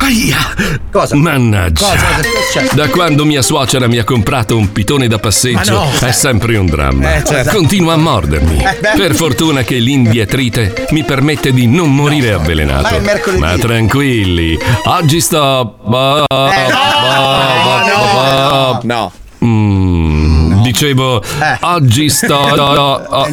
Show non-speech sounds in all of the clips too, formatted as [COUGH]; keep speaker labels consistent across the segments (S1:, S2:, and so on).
S1: Aia!
S2: Cosa?
S1: Mannaggia.
S2: Cosa? Cioè, Che è successo?
S1: Da quando mia suocera mi ha comprato un pitone da passeggio
S2: Ma no.
S1: è sempre un dramma.
S2: Eh, certo.
S1: Continua a mordermi.
S2: Eh, beh.
S1: per fortuna che l'indiatrite mi permette di non morire
S2: Ma è
S1: avvelenato.
S2: mercoledì. Eh,
S1: Ma tranquilli, oggi sto. ba- ba- ba-
S3: No.
S1: Mm, Dicevo,
S2: Eh. [LAUGHS]
S1: oggi sto. oh, oh,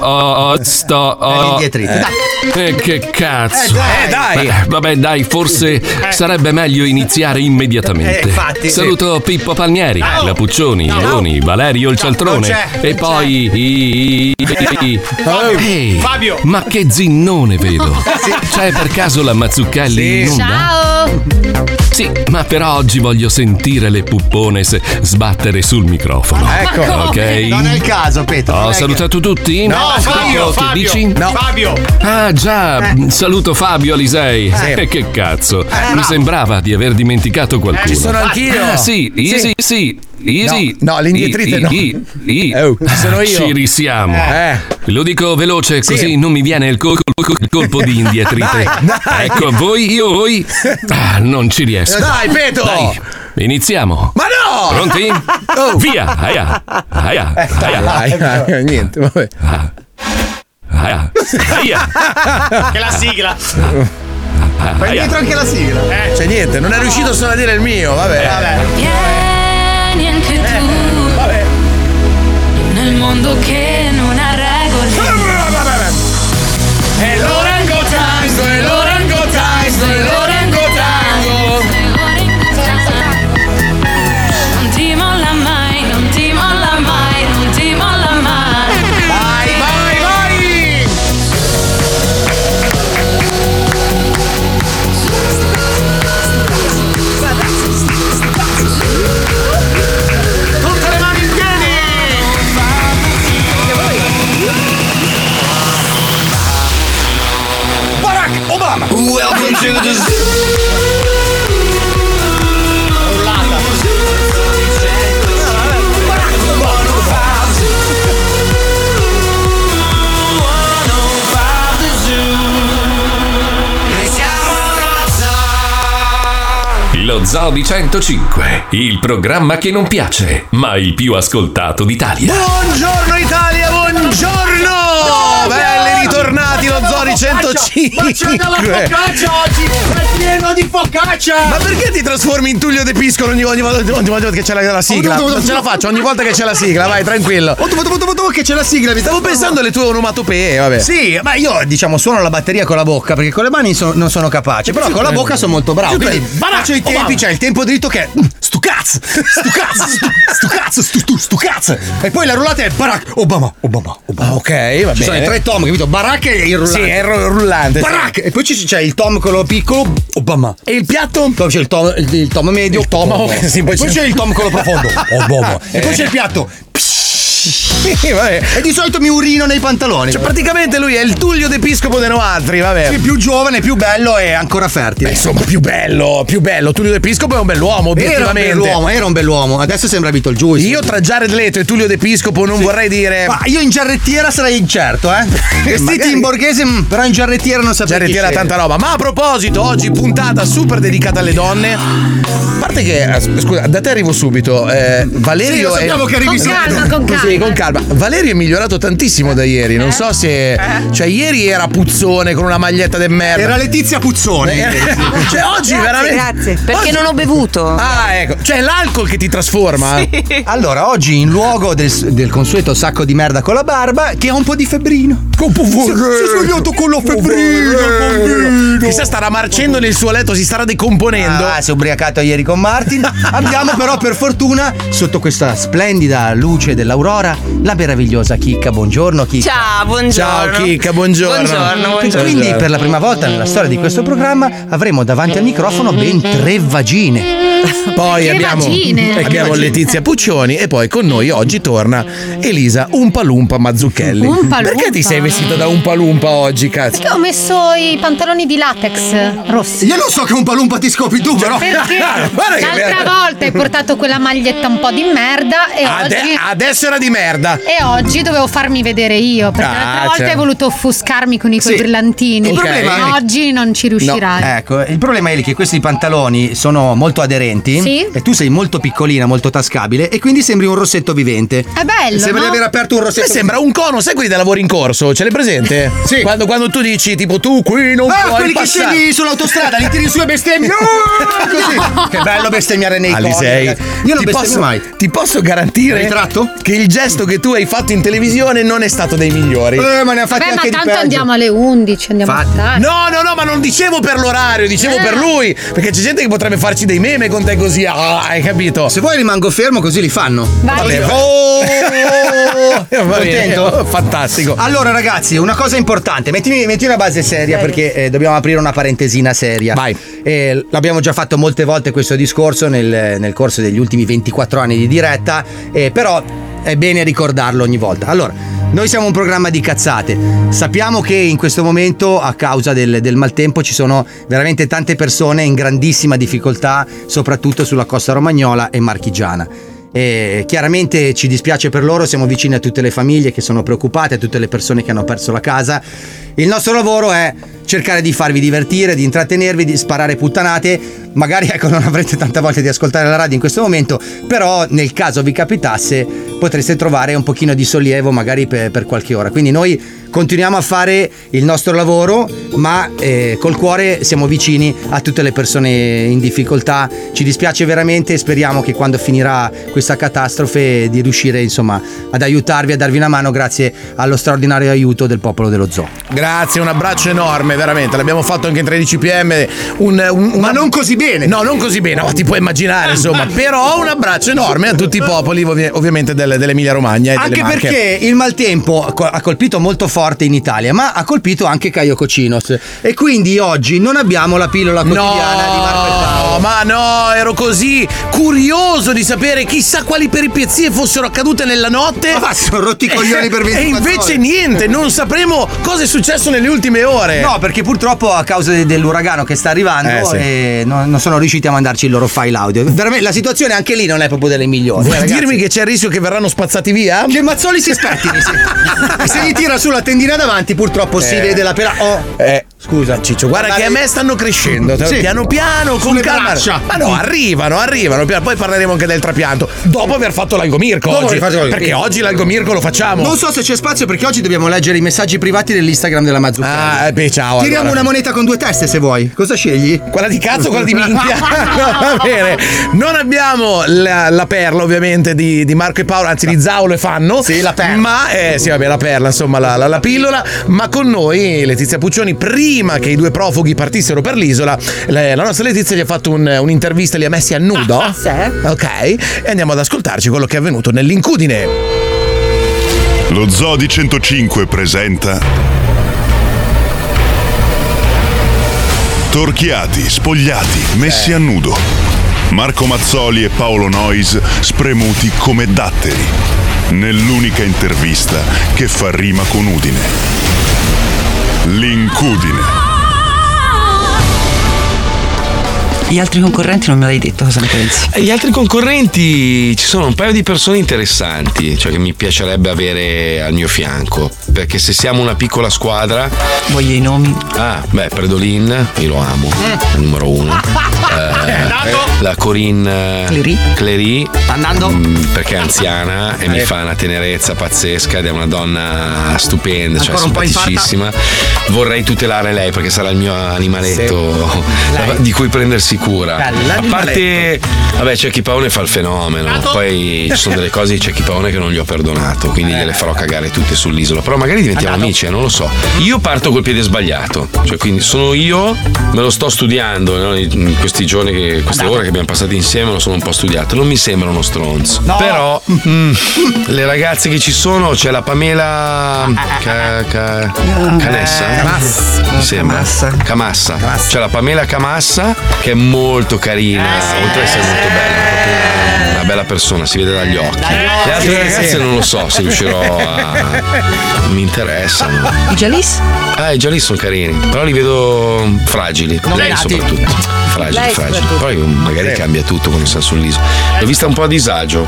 S1: oh, oh, sto. oh,
S2: Indietrite, dai.
S1: eh, che cazzo.
S2: Eh,
S3: dai.
S1: Beh, vabbè, dai, forse sarebbe meglio iniziare immediatamente.
S2: Eh, infatti, sì.
S1: Saluto Pippo Palmieri, Lapuccioni, Meloni, Valerio il Cialtrone.
S2: non c'è,
S1: e poi. i- i- i- i- Ehi,
S2: Fabio.
S1: Ma che zinnone vedo! C'è per caso la Mazzucchelli in onda?
S4: Ciao!
S1: Sì, ma però oggi voglio sentire le puppones sbattere sul microfono.
S2: Ecco.
S1: ok?
S2: Non è il caso, Peto. non
S1: Ho
S2: è che-
S1: salutato tutti?
S2: No, Fabio,
S1: Pippo, ti
S2: Fabio.
S1: dici?
S2: Fabio.
S1: Ah già, saluto Fabio Alisei. E che cazzo, mi sembrava di aver dimenticato qualcuno.
S3: Ci sono anch'io.
S1: Ah sì, easy, sì, easy.
S3: No, no, l'indietrite
S1: I-
S3: no.
S1: i- i-
S3: Oh,
S1: Ah,
S3: sono io.
S1: Ci risiamo.
S3: Eh.
S1: Lo dico veloce così non mi viene il, col- col- col- colpo di indietrite. Ecco, voi, io, voi. Ah, non ci riesco.
S3: Dai, Peto!
S1: Dai, iniziamo.
S3: Ma no! Oh. Eh,
S1: Pronti? Via! Aia! Aia! Aia!
S3: Dai, dai, niente, vabbè.
S1: Ah. Aia! Aia!
S5: Che la sigla.
S2: Fai dietro anche la sigla.
S3: Cioè, niente, non è riuscito solo a dire il mio, vabbè.
S2: Vabbè.
S6: Vieni anche
S3: Eh,
S6: tu nel mondo che non ha regole.
S3: È l'orango tango, è l'orango tango, è l'orango tango.
S6: Non ti molla mai, non ti molla mai, non ti molla mai.
S3: Vai, vai, vai!
S5: Tutte le mani in piedi.
S3: Barack Obama!
S1: Lo Zoo di 105, il programma che non piace, ma il più ascoltato d'Italia.
S3: Buongiorno Italia, buongiorno! Belli ritornati lo Zoni
S5: Ma c'è della
S3: 105!
S5: focaccia oggi! È pieno di focaccia!
S3: Ma perché ti trasformi in Tullio De Piscolo ogni, ogni, volta- ogni volta che c'è la, la sigla? Non ce la faccio, ogni volta che c'è la sigla, vai tranquillo.
S2: Oh, tu, tu, tu, tu, tu, che c'è la sigla, mi
S3: Stavo pensando alle tue
S2: Eh,
S3: onomatopee, vabbè.
S2: Sì, ma io diciamo suono la batteria con la bocca perché con le mani so- non sono capace, però con la bocca sono molto bravo. Quindi faccio i tempi, cioè c'è il tempo dritto che è mm, stu cazzo, stu cazzo, stu, stu cazzo, stu, stu, stu cazzo. E poi la rullata è Barack Obama, Obama, Obama.
S3: Ah, ok, va
S2: Ci sono i
S3: bene.
S2: tre tom, capito? Barack e il rullante.
S3: Sì, è ru- rullante.
S2: Barack! E poi c'è, c'è il tom quello piccolo, Obama. E il piatto? Poi c'è il tom, il, il tom medio,
S3: Il tom,
S2: Obama.
S3: sì,
S2: poi
S3: poi
S2: c'è... Eh.
S3: c'è-
S2: il tom quello [LAUGHS] profondo, Obama. E poi c'è il piatto.
S3: Sì, vabbè.
S2: E di solito mi urino nei pantaloni.
S3: Cioè, praticamente lui è il Tullio d'Episcopo dei altri, vabbè.
S2: Sì, più giovane, più bello e ancora fertile.
S3: Beh, insomma, più bello, più bello. Tullio D'Episcopo è un bell'uomo,
S2: Era un
S3: obiettivamente.
S2: bell'uomo, era un bell'uomo. Adesso sembra Vito il Giusto.
S3: Io tra Jared Leto e Tullio D'Episcopo non vorrei dire.
S2: Ma io in giarrettiera sarei incerto, eh. Vestiti
S3: magari-
S2: in borghese, mm, però in giarrettiera non saprei.
S3: Jared
S2: chi
S3: era
S2: sceglie.
S3: tanta roba. Ma a proposito, oggi puntata super dedicata alle donne. A parte che, eh, s- scusa, da te arrivo subito. Eh,
S2: Sì,
S3: Valerio.
S2: lo sappiamo
S3: è...
S2: che arrivi
S4: Con
S2: sempre.
S4: calma, con calma.
S3: Sì, con calma. Valerio è migliorato tantissimo da ieri. Non so se. Cioè, ieri era puzzone con una maglietta del merda.
S2: Era Letizia Puzzone.
S3: cioè, oggi
S7: Grazie,
S3: veramente.
S7: grazie.
S3: Oggi-
S7: Perché non ho bevuto.
S3: Ah, ecco. Cioè, è l'alcol che ti trasforma. eh.
S2: Allora, oggi in luogo del, del consueto sacco di merda con la barba, ti ha un po' di febbrino. Si è svegliato con la febbrina, il bambino.
S3: Chissà, starà marcendo nel suo letto, si starà decomponendo.
S2: Ah, si è ubriacato ieri con Martin. Abbiamo però per fortuna, sotto questa splendida luce dell'aurora, la meravigliosa Chicca. Buongiorno Chicca.
S7: Ciao, buongiorno.
S3: Ciao, Chicca, buongiorno.
S7: Buongiorno, buongiorno.
S2: Quindi per la prima volta nella storia di questo programma avremo davanti al microfono ben tre vagine.
S3: Poi
S4: Che
S3: abbiamo,
S4: vagine!
S3: abbiamo Letizia Puccioni e poi con noi oggi torna Elisa Umpalumpa Mazzucchelli.
S4: Umpa
S3: Perché
S4: Lumpa?
S3: ti sei vestita da Umpalumpa oggi, cazzo?
S4: Perché ho messo i pantaloni di latex rossi?
S2: Io non so che un palumpa ti scopi tu, però.
S4: Perché
S3: guarda che-
S4: l'altra volta hai portato quella maglietta un po' di merda e
S3: Ade-
S4: oggi
S3: adesso era di di merda.
S4: E oggi dovevo farmi vedere io, perché
S3: Ah,
S4: l'altra volta
S3: certo.
S4: hai voluto offuscarmi con i tuoi
S2: Sì.
S4: brillantini.
S2: Il problema-
S4: Oggi non ci riuscirai.
S2: No, ecco, il problema è lì che questi pantaloni sono molto aderenti
S4: Sì.
S2: e tu sei molto piccolina, molto tascabile e quindi sembri un rossetto vivente.
S7: Eh.
S4: È bello,
S2: Sembra
S4: no?
S2: di aver aperto un rossetto.
S3: Beh, Eh, sembra un cono, sai quelli da lavori in corso? Ce l'hai presente? Sì. Quando, quando tu dici, tipo, tu qui non
S2: Ah,
S3: puoi
S2: quelli
S3: passare.
S2: che scendi sull'autostrada, li tiri su e [LAUGHS] bestemmi. Ah, così. Che bello bestemmiare nei coni.
S3: Alisei,
S2: ragazzi. Io non
S3: ti
S2: bestemmio
S3: posso,
S2: mai.
S3: ti posso garantire
S2: Ritratto?
S3: che il gesto che tu hai fatto in televisione non è stato dei migliori.
S2: Eh, ma ne ha fatti
S4: Beh, ma
S2: anche di
S4: tanto
S2: peggio.
S4: andiamo alle 11, andiamo a
S2: Infatti.
S4: tardi.
S3: No, no, no, ma non dicevo per l'orario, dicevo
S4: Eh.
S3: per lui. Perché c'è gente che potrebbe farci dei meme con te così. Ah, hai capito?
S2: Se vuoi rimango fermo così li fanno.
S4: Vai.
S3: Oh,
S5: oh!
S3: [LAUGHS] va bene.
S2: Contento?
S3: Fantastico.
S2: Allora ragazzi, una cosa importante, mettimi, metti una base seria perché eh, dobbiamo aprire una parentesina seria.
S3: Vai.
S2: Eh, l'abbiamo già fatto molte volte questo discorso nel, nel corso degli ultimi 24 anni di diretta, eh, però è bene ricordarlo ogni volta. Allora, noi siamo un programma di cazzate, sappiamo che in questo momento a causa del, del maltempo ci sono veramente tante persone in grandissima difficoltà, soprattutto sulla costa romagnola e marchigiana. E chiaramente ci dispiace per loro, siamo vicini a tutte le famiglie che sono preoccupate, a tutte le persone che hanno perso la casa. Il nostro lavoro è cercare di farvi divertire, di intrattenervi, di sparare puttanate. Magari ecco, non avrete tanta voglia di ascoltare la radio in questo momento, però nel caso vi capitasse potreste trovare un pochino di sollievo magari per, per qualche ora. Quindi noi continuiamo a fare il nostro lavoro, ma eh, col cuore siamo vicini a tutte le persone in difficoltà. Ci dispiace veramente e speriamo che quando finirà questa catastrofe di riuscire insomma ad aiutarvi, a darvi una mano grazie allo straordinario aiuto del popolo dello zoo.
S3: Grazie, un abbraccio enorme, veramente. L'abbiamo fatto anche in 13 pm. Un, un- una-
S2: così bene.
S3: No, non così bene, ma ti puoi immaginare,
S2: [LAUGHS]
S3: insomma. Però un abbraccio enorme a tutti i popoli, ovvi- ovviamente, del- dell'Emilia Romagna. E
S2: Anche
S3: delle Marche.
S2: perché il maltempo co- ha colpito molto forte in Italia, ma ha colpito anche Caio Cocinos. E quindi oggi non abbiamo la pillola quotidiana di Marco e
S3: No,
S2: Paolo.
S3: ma no, ero così curioso di sapere chissà quali peripezie fossero accadute nella notte.
S2: Ma va, sono rotti i coglioni per
S3: [LAUGHS] E
S2: 24
S3: invece
S2: ore.
S3: niente, non sapremo cosa è successo nelle ultime ore.
S2: No, perché purtroppo a causa de- dell'uragano che sta arrivando
S3: Eh, sì.
S2: eh, no- non sono riusciti a mandarci il loro file audio. Veramente la situazione anche lì non è proprio delle migliori.
S3: Vuoi
S2: eh, ragazzi.
S3: dirmi che c'è il rischio che verranno spazzati via?
S2: Che Mazzoli si spettini,
S3: [LAUGHS]
S2: sì. E se gli tira sulla tendina davanti, purtroppo si
S3: Eh.
S2: vede la pera. Oh.
S3: Eh,
S2: Scusa,
S3: Ciccio, guarda che a me stanno crescendo. cioè,
S2: Sì.
S3: Piano piano, con
S2: Sulle
S3: calma.
S2: braccia.
S3: Ma no, arrivano, arrivano. piano- Poi parleremo anche del trapianto. Dopo aver fatto l'algomirco
S2: Dopo
S3: oggi.
S2: aver fatto l'algomirco.
S3: Perché oggi l'algomirco lo facciamo.
S2: Non so se c'è spazio perché oggi dobbiamo leggere i messaggi privati dell'Instagram della Mazzucchelli.
S3: Ah, eh, beh, ciao.
S2: Tiriamo
S3: allora.
S2: una moneta con due teste se vuoi. Cosa scegli?
S3: Quella di cazzo, quella di minchia. [LAUGHS] No, va bene. Non abbiamo la, la perla, ovviamente, di, di Marco e Paolo, anzi di Zaulo e Fanno. Sì, la perla. Ma, eh, sì, vabbè, la perla, insomma, la, la- la pillola. Ma con noi Letizia Puccioni, prima che i due profughi partissero per l'isola, la, la nostra Letizia gli ha fatto un- un'intervista, li ha messi a nudo.
S8: Sì.
S3: Ok, e andiamo ad ascoltarci quello che è avvenuto nell'incudine.
S9: Lo Zoo di 105 presenta Torchiati, spogliati, messi a nudo. Marco Mazzoli e Paolo Nois spremuti come datteri. Nell'unica intervista che fa rima con Udine. L'incudine.
S8: Gli altri concorrenti non me l'hai detto cosa
S3: [LAUGHS]
S8: ne pensi.
S10: E Gli altri concorrenti ci sono un paio di persone interessanti, cioè che mi piacerebbe avere al mio fianco. Perché se siamo una piccola squadra.
S8: Voglio i nomi.
S10: Ah, beh, Predolin, io lo amo, è il numero uno. Eh, la Corinne
S8: Clery.
S10: Clery,
S2: Andando.
S10: mm, perché è anziana e mi fa una tenerezza pazzesca ed è una donna stupenda, cioè
S2: Ancora un po'
S10: simpaticissima. Vorrei tutelare lei perché sarà il mio animaletto [LAUGHS]
S2: Lei.
S10: di cui prendersi cura. A
S2: L'animaletto.
S10: parte, vabbè, c'è chi paone fa il fenomeno, poi ci sono delle cose di c'è chi paone che non gli ho perdonato, quindi gliele farò cagare tutte sull'isola. Però magari diventiamo amici, eh, non lo so. Io parto col piede sbagliato, cioè quindi sono io, me lo sto studiando no? in questi giorni, che, queste ore che abbiamo passato insieme, me lo sono un po' studiato. Non mi sembra uno stronzo, però mm, le ragazze che ci sono, c'è la Pamela Ca- Ca- Canessa. Mi sembra.
S8: Eh, Camassa.
S10: Camassa. C'è la Pamela Camassa che è molto carina, oltre ad essere molto bella, è proprio una, una bella persona, si vede dagli occhi.
S5: Eh,
S10: Le altre ragazze non lo so se riuscirò a. non mi interessano.
S8: I Jalis?
S10: Ah, i gialli sono carini, però li vedo fragili, lei soprattutto.
S11: fragile,
S12: Lei
S11: fragile.
S12: soprattutto.
S11: Poi magari cambia tutto quando sta sull'isola. L'ho vista un po' a disagio.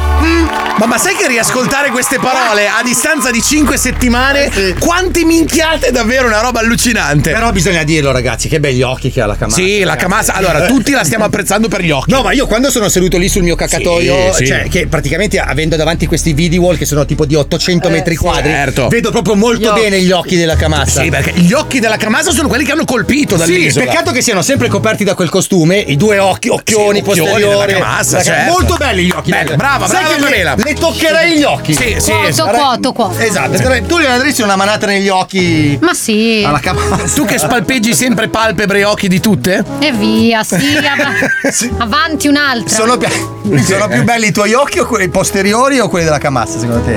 S3: Ma, ma sai che riascoltare queste parole a distanza di 5 settimane, quante minchiate è davvero una roba allucinante.
S2: Eh Però bisogna dirlo, ragazzi, che begli occhi che ha la Camassa.
S3: Sì, la
S2: ragazzi.
S3: Camassa. Allora, tutti la stiamo
S2: [LAUGHS]
S3: apprezzando per gli occhi.
S2: No, ma io quando sono seduto lì sul mio cacatoio,
S3: Sì, sì.
S2: cioè che praticamente avendo davanti questi video wall che sono tipo di 800
S4: Eh,
S2: metri quadri, vedo proprio molto bene gli occhi della Camassa.
S3: Certo. Sì, perché gli occhi della Camasa sono quelli che hanno colpito
S2: Sì,
S3: dall'isola.
S2: peccato che siano sempre coperti da quel costume, i due occhi, occhioni,
S3: Sì, occhioni della
S2: posteriori.
S3: Camassa,
S2: Ragazzi,
S3: certo.
S2: Molto belli gli occhi.
S3: Bello,
S2: della-
S3: brava,
S2: Sai
S3: brava
S2: che le-
S3: Pamela.
S2: Le toccherei gli occhi.
S3: Sì, sì.
S4: Quoto, quoto, quoto.
S2: Esatto, però tu gli andresti una manata negli occhi.
S4: Ma sì.
S2: Alla Camassa.
S3: Tu che spalpeggi sempre palpebre e occhi di tutte?
S4: E via, sì, av- avanti un'altra.
S2: Sono, pi- sono più belli i tuoi occhi o quelli posteriori o quelli della Camassa, secondo te?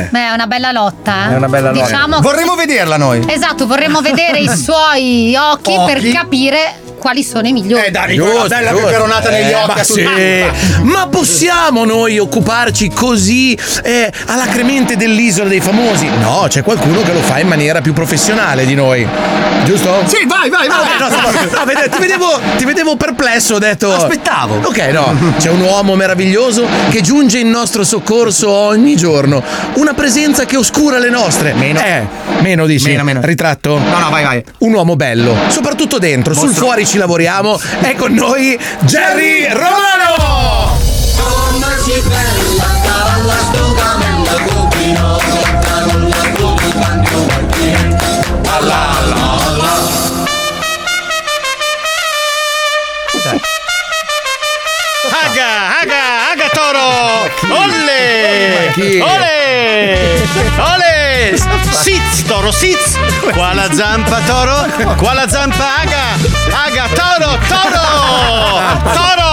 S2: Eh.
S4: Beh, è una bella lotta, eh.
S2: È una bella lotta.
S4: Diciamo che-
S2: Vorremmo vederla noi.
S4: Esatto, vorremmo vedere
S2: [LAUGHS]
S4: i suoi occhi, per capire quali sono i migliori. Eh,
S2: dai,
S3: Giusto, giusto. Eh,
S2: peperonata negli occhi,
S3: Ma,
S2: a tutti.
S3: sì. Ma possiamo noi occuparci così eh, alla cremente dell'isola dei famosi? No, c'è qualcuno che lo fa in maniera più professionale di noi. Giusto? Ah,
S2: Sì, vai, vai, vai.
S3: no, no, no, vede- ti, vedevo, ti vedevo perplesso, ho detto.
S2: Aspettavo.
S3: Ok, no. C'è un uomo meraviglioso che giunge in nostro soccorso ogni giorno. Una presenza che oscura le nostre. Meno. Eh, meno dici.
S2: Meno, meno.
S3: Ritratto?
S2: No, no, vai, vai.
S3: Un uomo bello, soprattutto dentro, sul
S2: Mostro.
S3: fuori ci lavoriamo. È con noi Jerry Romano!
S5: Aga, aga, aga toro! Olle!
S3: chi?
S5: Ole! Ole! Sitz toro, sitz! Qua la zampa toro, qua la zampa aga! Aga toro, toro! Toro!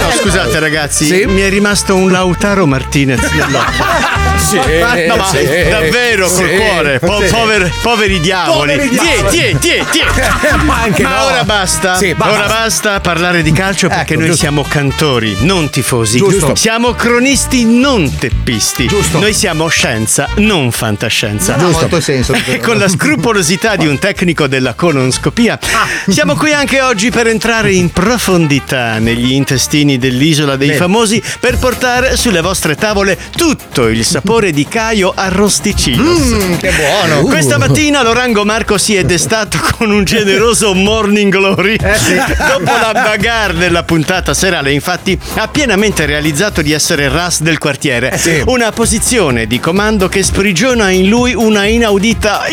S5: No, scusate ragazzi,
S3: Sì?
S5: mi è rimasto un Lautaro Martinez nell'occhio.
S3: Sì,
S5: Eh, No, ma
S3: Eh, sì,
S5: davvero col
S3: sì,
S5: cuore, Po-
S3: sì.
S5: poveri, poveri diavoli.
S3: Poveri
S5: Tie,
S3: diavoli.
S5: tie, tie, tie.
S3: [LAUGHS] Ma anche
S5: Ma
S3: no.
S5: ora basta.
S3: Sì, basta.
S5: Ora basta parlare di calcio perché
S3: Ecco,
S5: noi
S3: giusto.
S5: siamo cantori, non tifosi.
S3: Giusto.
S5: Siamo cronisti, non teppisti.
S2: Giusto.
S5: Noi siamo scienza, non fantascienza.
S2: Ha molto
S5: [LAUGHS]
S2: senso.
S5: E con la scrupolosità di un tecnico della colonscopia,
S2: Ah.
S5: siamo qui anche oggi per entrare in profondità negli intestini dell'isola dei famosi per portare sulle vostre tavole tutto il sapore di Caio arrosticino.
S2: Mm,
S5: Uh.
S2: che buono. Uh.
S5: Questa mattina Lorango Marco si è destato [LAUGHS] con un generoso morning glory.
S2: Eh,
S3: Eh,
S5: [LAUGHS] Dopo la bagarre della puntata serale, infatti, ha pienamente realizzato di essere il ras del
S2: Eh,
S5: quartiere. Una posizione di comando che sprigiona in lui una inaudita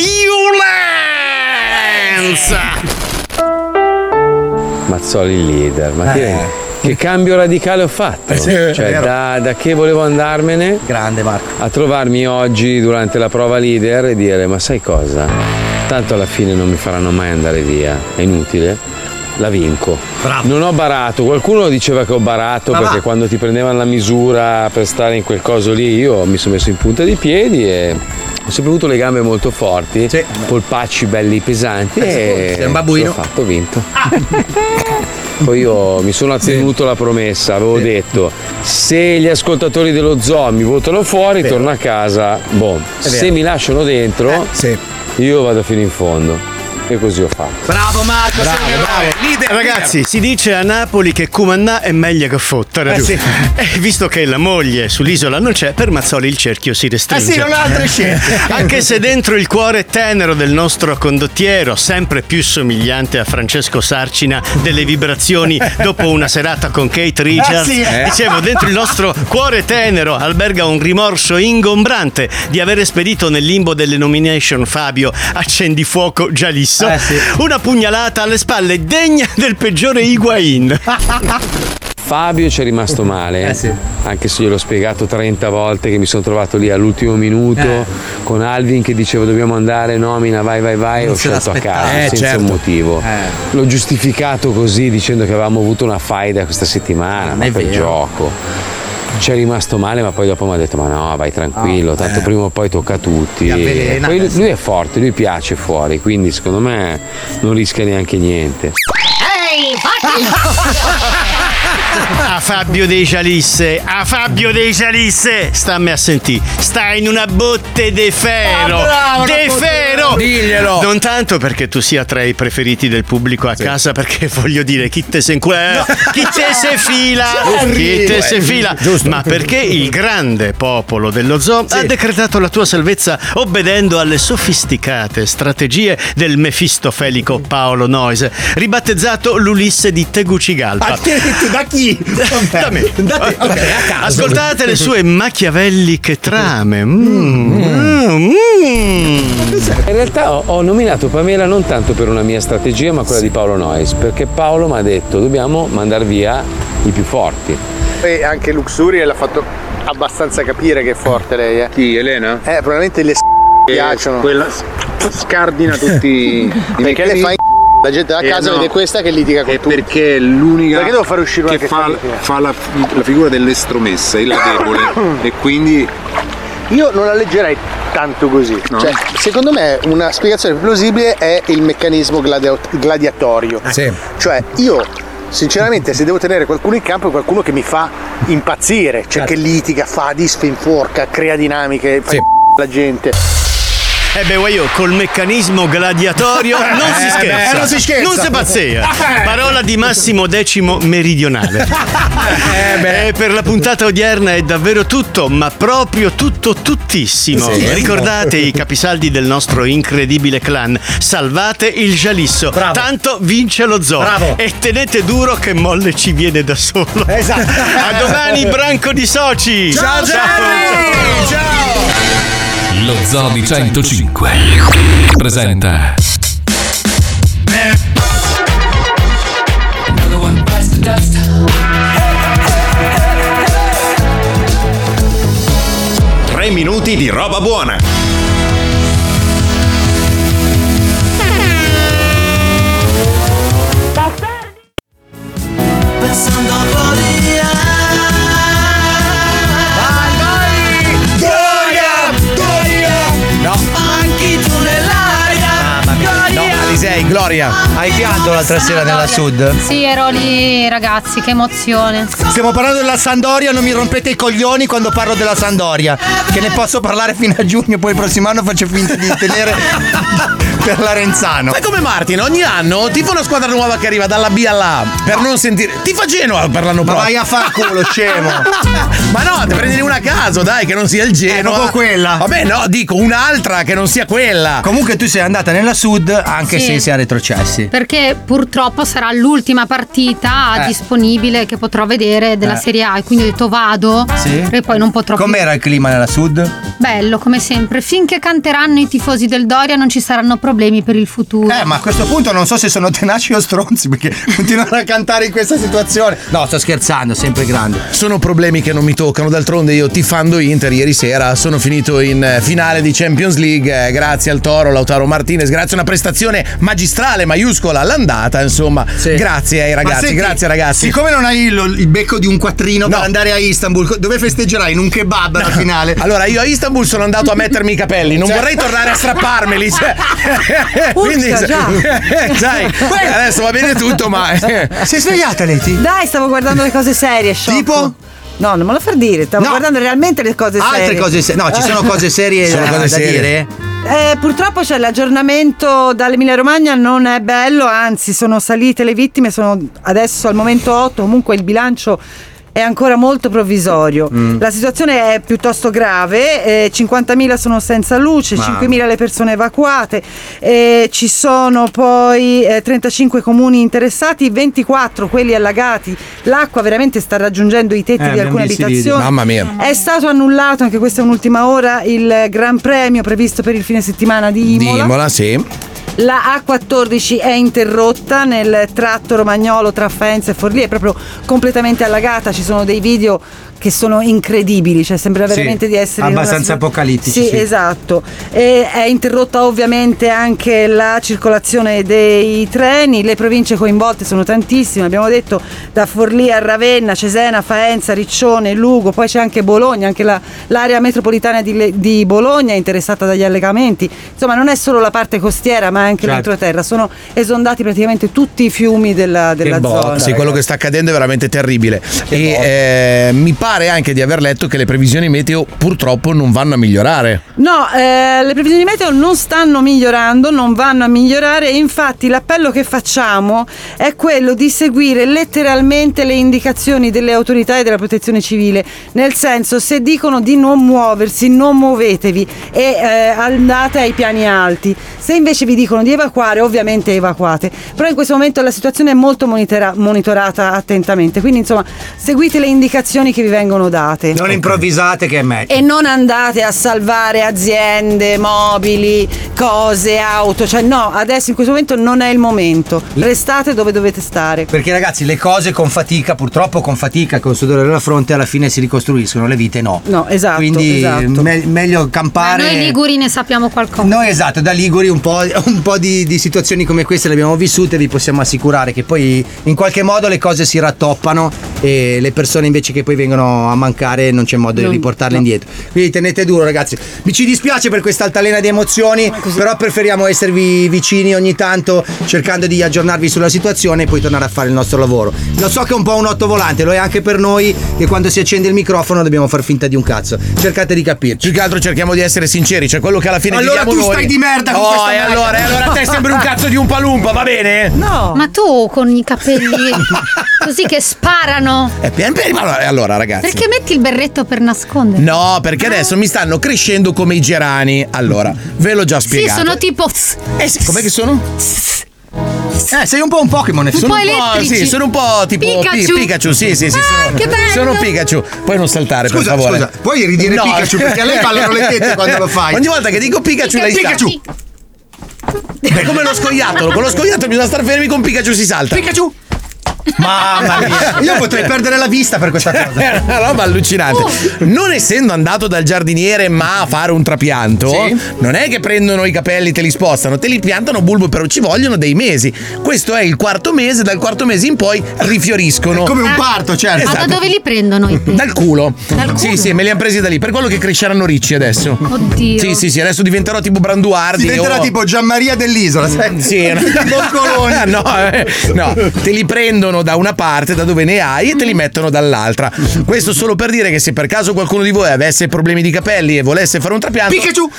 S5: violenza.
S13: Mazzoli leader, ma ti rendi- che cambio radicale ho fatto?
S2: Eh sì, è
S13: cioè,
S2: vero.
S13: da, da che volevo andarmene
S2: Grande Marco.
S13: a trovarmi oggi durante la prova leader e dire ma sai cosa? Tanto alla fine non mi faranno mai andare via, è inutile. La vinco. Non ho barato, qualcuno diceva che ho barato
S2: Ma va.
S13: perché quando ti prendevano la misura per stare in quel coso lì io mi sono messo in punta di piedi e ho sempre avuto le gambe molto forti, polpacci belli pesanti e
S2: Eh sei un babbuino.
S13: l'ho fatto, ho vinto. Poi io mi sono attenuto alla promessa, avevo detto se gli ascoltatori dello zoo mi votano fuori, torno a casa, boh, se mi lasciano dentro, io vado fino in fondo. E così ho fatto.
S2: Bravo Marco, sei un eroe.
S5: Ragazzi, si dice a Napoli che Cumannà è meglio che fottere.
S2: Eh,
S5: [LAUGHS] E visto che la moglie sull'isola non c'è, per Mazzoli il cerchio si
S2: Eh
S5: restringe.
S2: sì, non ha altre scelte.
S5: Anche se dentro il cuore tenero del nostro condottiero, sempre più somigliante a Francesco Sarcina delle vibrazioni dopo una serata con Kate Richards,
S2: Eh sì. Eh.
S5: dicevo, dentro il nostro cuore tenero alberga un rimorso ingombrante di aver spedito nel limbo delle nomination Fabio Accendifuoco Gialisso
S2: Eh,
S5: una pugnalata alle spalle degna del peggiore
S2: [LAUGHS]
S5: Higuain.
S13: Fabio ci è rimasto male,
S2: Eh sì.
S13: anche se gliel'ho spiegato 30 volte che mi sono trovato lì all'ultimo minuto con Alvin che diceva dobbiamo andare, nomina, vai, vai, vai,
S2: Non
S13: ho
S2: se
S13: scelto a
S2: l'aspettavo.
S13: casa
S3: Eh,
S13: senza
S3: certo.
S13: un motivo.
S2: Eh.
S13: L'ho giustificato così dicendo che avevamo avuto una faida questa settimana, ma
S2: è
S13: per
S2: vero.
S13: gioco. Ci è rimasto male, ma poi dopo mi ha detto: Ma no, vai
S2: Ah,
S13: tranquillo,
S2: eh.
S13: tanto prima o poi tocca a tutti.
S2: Ti avvelena,
S13: Poi
S2: eh,
S13: lui è forte, lui piace fuori, quindi secondo me non rischia neanche niente.
S6: sei?
S14: [LAUGHS]
S6: Fatti!
S5: A Ah, Fabio dei Cialisse, a Fabio dei Cialisse, stammi a sentire, sta in una botte de ferro,
S6: Ah, bravo,
S5: de
S6: non posso-
S5: ferro,
S6: Diglielo.
S5: Non tanto perché tu sia tra i preferiti del pubblico a casa, perché [LAUGHS] voglio dire, chi te se in que- chi te se fila,
S6: Jerry!
S5: chi te se
S6: Eh,
S5: fila,
S6: giusto.
S5: ma perché il grande popolo dello zoo ha decretato la tua salvezza obbedendo alle sofisticate strategie del mefistofelico Paolo Noise, ribattezzato l'Ulisse di Tegucigalpa.
S2: da chi?
S5: Da me.
S2: Vabbè, a caso.
S5: Ascoltate le sue machiavelliche trame. Mm.
S12: Mm.
S13: In realtà ho, ho nominato Pamela non tanto per una mia strategia, ma quella di Paolo Nois, perché Paolo mi ha detto dobbiamo mandare via i più forti.
S12: E anche Luxuria l'ha fatto abbastanza capire che è forte lei, eh. Chi, Elena? Eh, probabilmente le s*** piacciono. Quella scardina [LAUGHS] tutti i Perché le fa in la gente da
S15: Eh,
S12: casa
S15: no.
S12: vede questa che litiga con
S15: È
S12: tutti.
S15: perché è l'unica
S12: Perché devo far uscire
S15: che
S12: anche
S15: fa,
S12: Fabio?
S15: fa la, la figura dell'estromessa, il
S12: [COUGHS]
S15: debole e quindi
S12: Io non la leggerei tanto così.
S15: No?
S12: Cioè, secondo me una spiegazione più plausibile è il meccanismo gladio- gladiatorio.
S2: Ah,
S12: Cioè, io sinceramente se devo tenere qualcuno in campo è qualcuno che mi fa impazzire, cioè
S2: Certo.
S12: che litiga, fa disfe inforca, crea dinamiche, fa la gente.
S5: Eh beh, guaio, col meccanismo gladiatorio non si
S12: Eh,
S5: scherza.
S12: beh, non si scherza.
S5: Non si pazzea.
S12: Eh.
S5: Parola di Massimo Decimo Meridionale. Eh, per la puntata odierna è davvero tutto, ma proprio tutto, tuttissimo.
S16: Sì.
S5: Ricordate
S16: [LAUGHS]
S5: i capisaldi del nostro incredibile clan. Salvate il gialisso. Tanto vince lo zoo.
S16: Bravo.
S5: E tenete duro che molle ci viene da solo.
S16: Esatto.
S5: A domani, branco di soci.
S16: Ciao, Jerry!
S1: Lo Zoo di 105 presenta
S16: Tre minuti di roba buona.
S6: Passando a Polia.
S3: No. Ah,
S6: Anche tu nell'aria.
S2: No, Alisei, Gloria, hai pianto l'altra sera nella sud?
S4: Sì, ero lì, ragazzi, che emozione.
S2: Stiamo parlando della Sandoria, non mi rompete i coglioni quando parlo della Sandoria. Che ne posso parlare fino a giugno, poi il prossimo anno faccio finta di tenere per Larenzano.
S3: Sai come Martin, ogni anno tipo una squadra nuova che arriva dalla B alla A per non sentire. Ti fa Genoa per l'anno
S2: Ma
S3: prossimo.
S2: vai a fa culo, scemo.
S3: [LAUGHS]
S2: Eh,
S3: Ma no, te prendine una a caso, dai, che non sia il Genoa.
S2: proprio quella.
S3: Vabbè, no, dico un'altra che non sia quella.
S2: Comunque tu sei andata nella sud anche
S4: Sì.
S2: se si è retrocessi.
S4: Perché purtroppo sarà l'ultima partita
S2: Eh.
S4: disponibile che potrò vedere della
S2: Eh.
S4: Serie A e quindi ho detto vado
S2: Sì.
S4: e poi non potrò più.
S2: Com'era il clima nella sud?
S4: Bello come sempre, finché canteranno i tifosi del Doria non ci saranno problemi per il futuro.
S2: Eh, ma a questo punto non so se sono [LAUGHS] tenaci o stronzi perché [LAUGHS] continuano a cantare in questa situazione. No, sto scherzando, sempre grande.
S3: Sono problemi che non mi toccano, d'altronde io tifando Inter ieri sera sono finito in eh, finale di Champions League eh, grazie al Toro, Lautaro Martinez, grazie a una prestazione magistrale, maiuscola, all'andata, insomma, grazie ai ragazzi,
S2: Ma senti,
S3: grazie ragazzi.
S2: Siccome non hai il, il becco di un quattrino per andare a Istanbul, co- dove festeggerai? In un kebab alla finale.
S3: Allora, io a Istanbul sono andato a mettermi i capelli, non
S2: [LAUGHS] Cioè-
S3: vorrei tornare a strapparmeli. cioè.
S8: Urca, già.
S3: sai, adesso va bene tutto, ma. eh.
S8: Sei
S2: svegliata, Leti?
S8: Dai, stavo guardando le cose serie, sciocco. Tipo? No, non me lo far dire, stavo guardando realmente le cose
S2: Altre
S8: serie.
S2: cose se- no, ci sono cose serie
S3: Sono
S2: da-
S3: cose
S2: da
S3: serie.
S2: dire?
S8: Eh, purtroppo c'è l'aggiornamento dall'Emilia Romagna, non è bello, anzi sono salite le vittime, sono adesso al momento 8, comunque il bilancio è ancora molto provvisorio.
S17: Mm.
S8: La situazione è piuttosto grave, eh, 50.000 sono senza luce,
S17: Mamma.
S8: 5.000 le persone evacuate, eh, ci sono poi eh, 35 comuni interessati, 24 quelli allagati, l'acqua veramente sta raggiungendo i tetti
S3: Eh,
S8: di alcune
S3: abbiamo visto i video.
S8: abitazioni.
S3: Mamma mia.
S8: È stato annullato, anche questa è un'ultima ora, il Gran Premio previsto per il fine settimana di Imola.
S3: Dimola, sì.
S8: La A14 è interrotta nel tratto romagnolo tra Faenza e Forlì, è proprio completamente allagata, ci sono dei video che sono incredibili, cioè sembra
S2: Sì,
S8: veramente di essere in una
S2: abbastanza
S8: situa-
S2: apocalittici,
S8: Sì,
S2: sì.
S8: esatto. E è interrotta ovviamente anche la circolazione dei treni, le province coinvolte sono tantissime, abbiamo detto da Forlì a Ravenna, Cesena, Faenza, Riccione, Lugo, poi c'è anche Bologna, anche la- l'area metropolitana di, Le- di Bologna è interessata dagli allegamenti. Insomma, non è solo la parte costiera, ma anche
S3: Certo.
S8: l'entroterra, sono esondati praticamente tutti i fiumi della, della
S3: botta,
S8: zona.
S3: boh, sì, quello che sta accadendo è veramente terribile.
S2: boh.
S3: E eh, mi pare anche di aver letto che le previsioni meteo purtroppo non vanno a migliorare.
S8: No, eh, le previsioni meteo non stanno migliorando, non vanno a migliorare, infatti l'appello che facciamo è quello di seguire letteralmente le indicazioni delle autorità e della protezione civile, nel senso se dicono di non muoversi, non muovetevi e eh, andate ai piani alti, se invece vi dicono di evacuare, ovviamente evacuate, però in questo momento la situazione è molto monitera- monitorata attentamente, quindi insomma seguite le indicazioni che vi vengono date.
S2: Non improvvisate che è meglio.
S8: E non andate a salvare aziende, mobili, cose, auto. Cioè, no, adesso in questo momento non è il momento. Restate dove dovete stare.
S2: Perché ragazzi le cose con fatica, purtroppo con fatica, con sudore della fronte, alla fine si ricostruiscono, le vite no.
S8: No, esatto.
S2: Quindi
S8: esatto.
S2: me- meglio campare.
S4: Noi liguri ne sappiamo qualcosa.
S2: Noi esatto, da Liguri un po', un po' di, di situazioni come queste le abbiamo vissute, vi possiamo assicurare che poi in qualche modo le cose si rattoppano e le persone invece che poi vengono a mancare non c'è modo
S17: Non-
S2: di riportarle
S17: no.
S2: indietro. Quindi tenete duro ragazzi. Mi ci dispiace per questa altalena di emozioni, però preferiamo esservi vicini ogni tanto cercando di aggiornarvi sulla situazione e poi tornare a fare il nostro lavoro. Lo so che è un po' un otto volante, lo è anche per noi che quando si accende il microfono dobbiamo far finta di un cazzo. Cercate di capirci.
S3: Più che altro cerchiamo di essere sinceri, cioè quello che alla fine
S2: Allora
S3: viviamo
S2: tu
S3: noi.
S2: stai di merda con
S3: oh,
S2: questa
S3: e
S2: merda.
S3: allora, e allora te sembri un cazzo di un palumpa, va bene?
S8: No.
S4: Ma tu con
S2: [LAUGHS]
S4: i capelli così che sparano.
S3: E pian piano- allora, eh, allora, ragazzi.
S4: Perché metti il berretto per nascondere?
S3: No, perché adesso mi stanno crescendo come i gerani. Allora, ve l'ho già
S4: Sì,
S3: spiegato.
S4: sono tipo.
S3: Com'è che sono?
S2: Eh, sei un po' un Pokémon,
S4: po' elettrici.
S3: sì, sono un po' tipo Pi-
S4: Pikachu.
S3: Pikachu. sì, sì, sì.
S4: Ah,
S3: sono,
S4: che bello!
S3: sono Pikachu. Puoi non saltare,
S2: Scusa,
S3: per favore.
S2: scusa, puoi ridire Pikachu? Perché
S3: [LAUGHS]
S2: a lei ballano le tette quando lo fai.
S3: Ogni volta che dico Pikachu, lei sta.
S2: Pikachu.
S3: È come lo scoiattolo. Con lo scoiattolo bisogna star fermi, con Pikachu si salta.
S2: Pikachu! Mamma mia, [LAUGHS] io potrei perdere la vista per questa cosa. Oh.
S3: È una roba allucinante. Non essendo andato dal giardiniere ma a fare un trapianto, non è che prendono i capelli e te li spostano, te li piantano bulbo, però ci vogliono dei mesi. Questo è il quarto mese, dal quarto mese in poi rifioriscono. Eh.
S2: come un parto, certo.
S4: Eh. Ma
S3: Esatto.
S4: da dove li
S3: [LAUGHS]
S4: prendono i peli?
S3: Dal culo.
S4: Dal culo?
S3: Sì, sì, me li hanno presi da lì. Per quello che cresceranno ricci adesso.
S4: Oddio.
S3: Sì, sì, sì, adesso diventerò tipo Branduardi.
S2: Diventerà
S3: o- Mm,
S2: tipo Gianmaria dell'isola, sai? [LAUGHS]
S3: Sì, no.
S2: Boccoloni.
S3: [LAUGHS] no, eh, no, te li prendono da una parte, da dove ne hai, e te li mettono dall'altra. Questo solo per dire che se per caso qualcuno di voi avesse problemi di capelli e volesse fare un trapianto,
S2: Pikachu!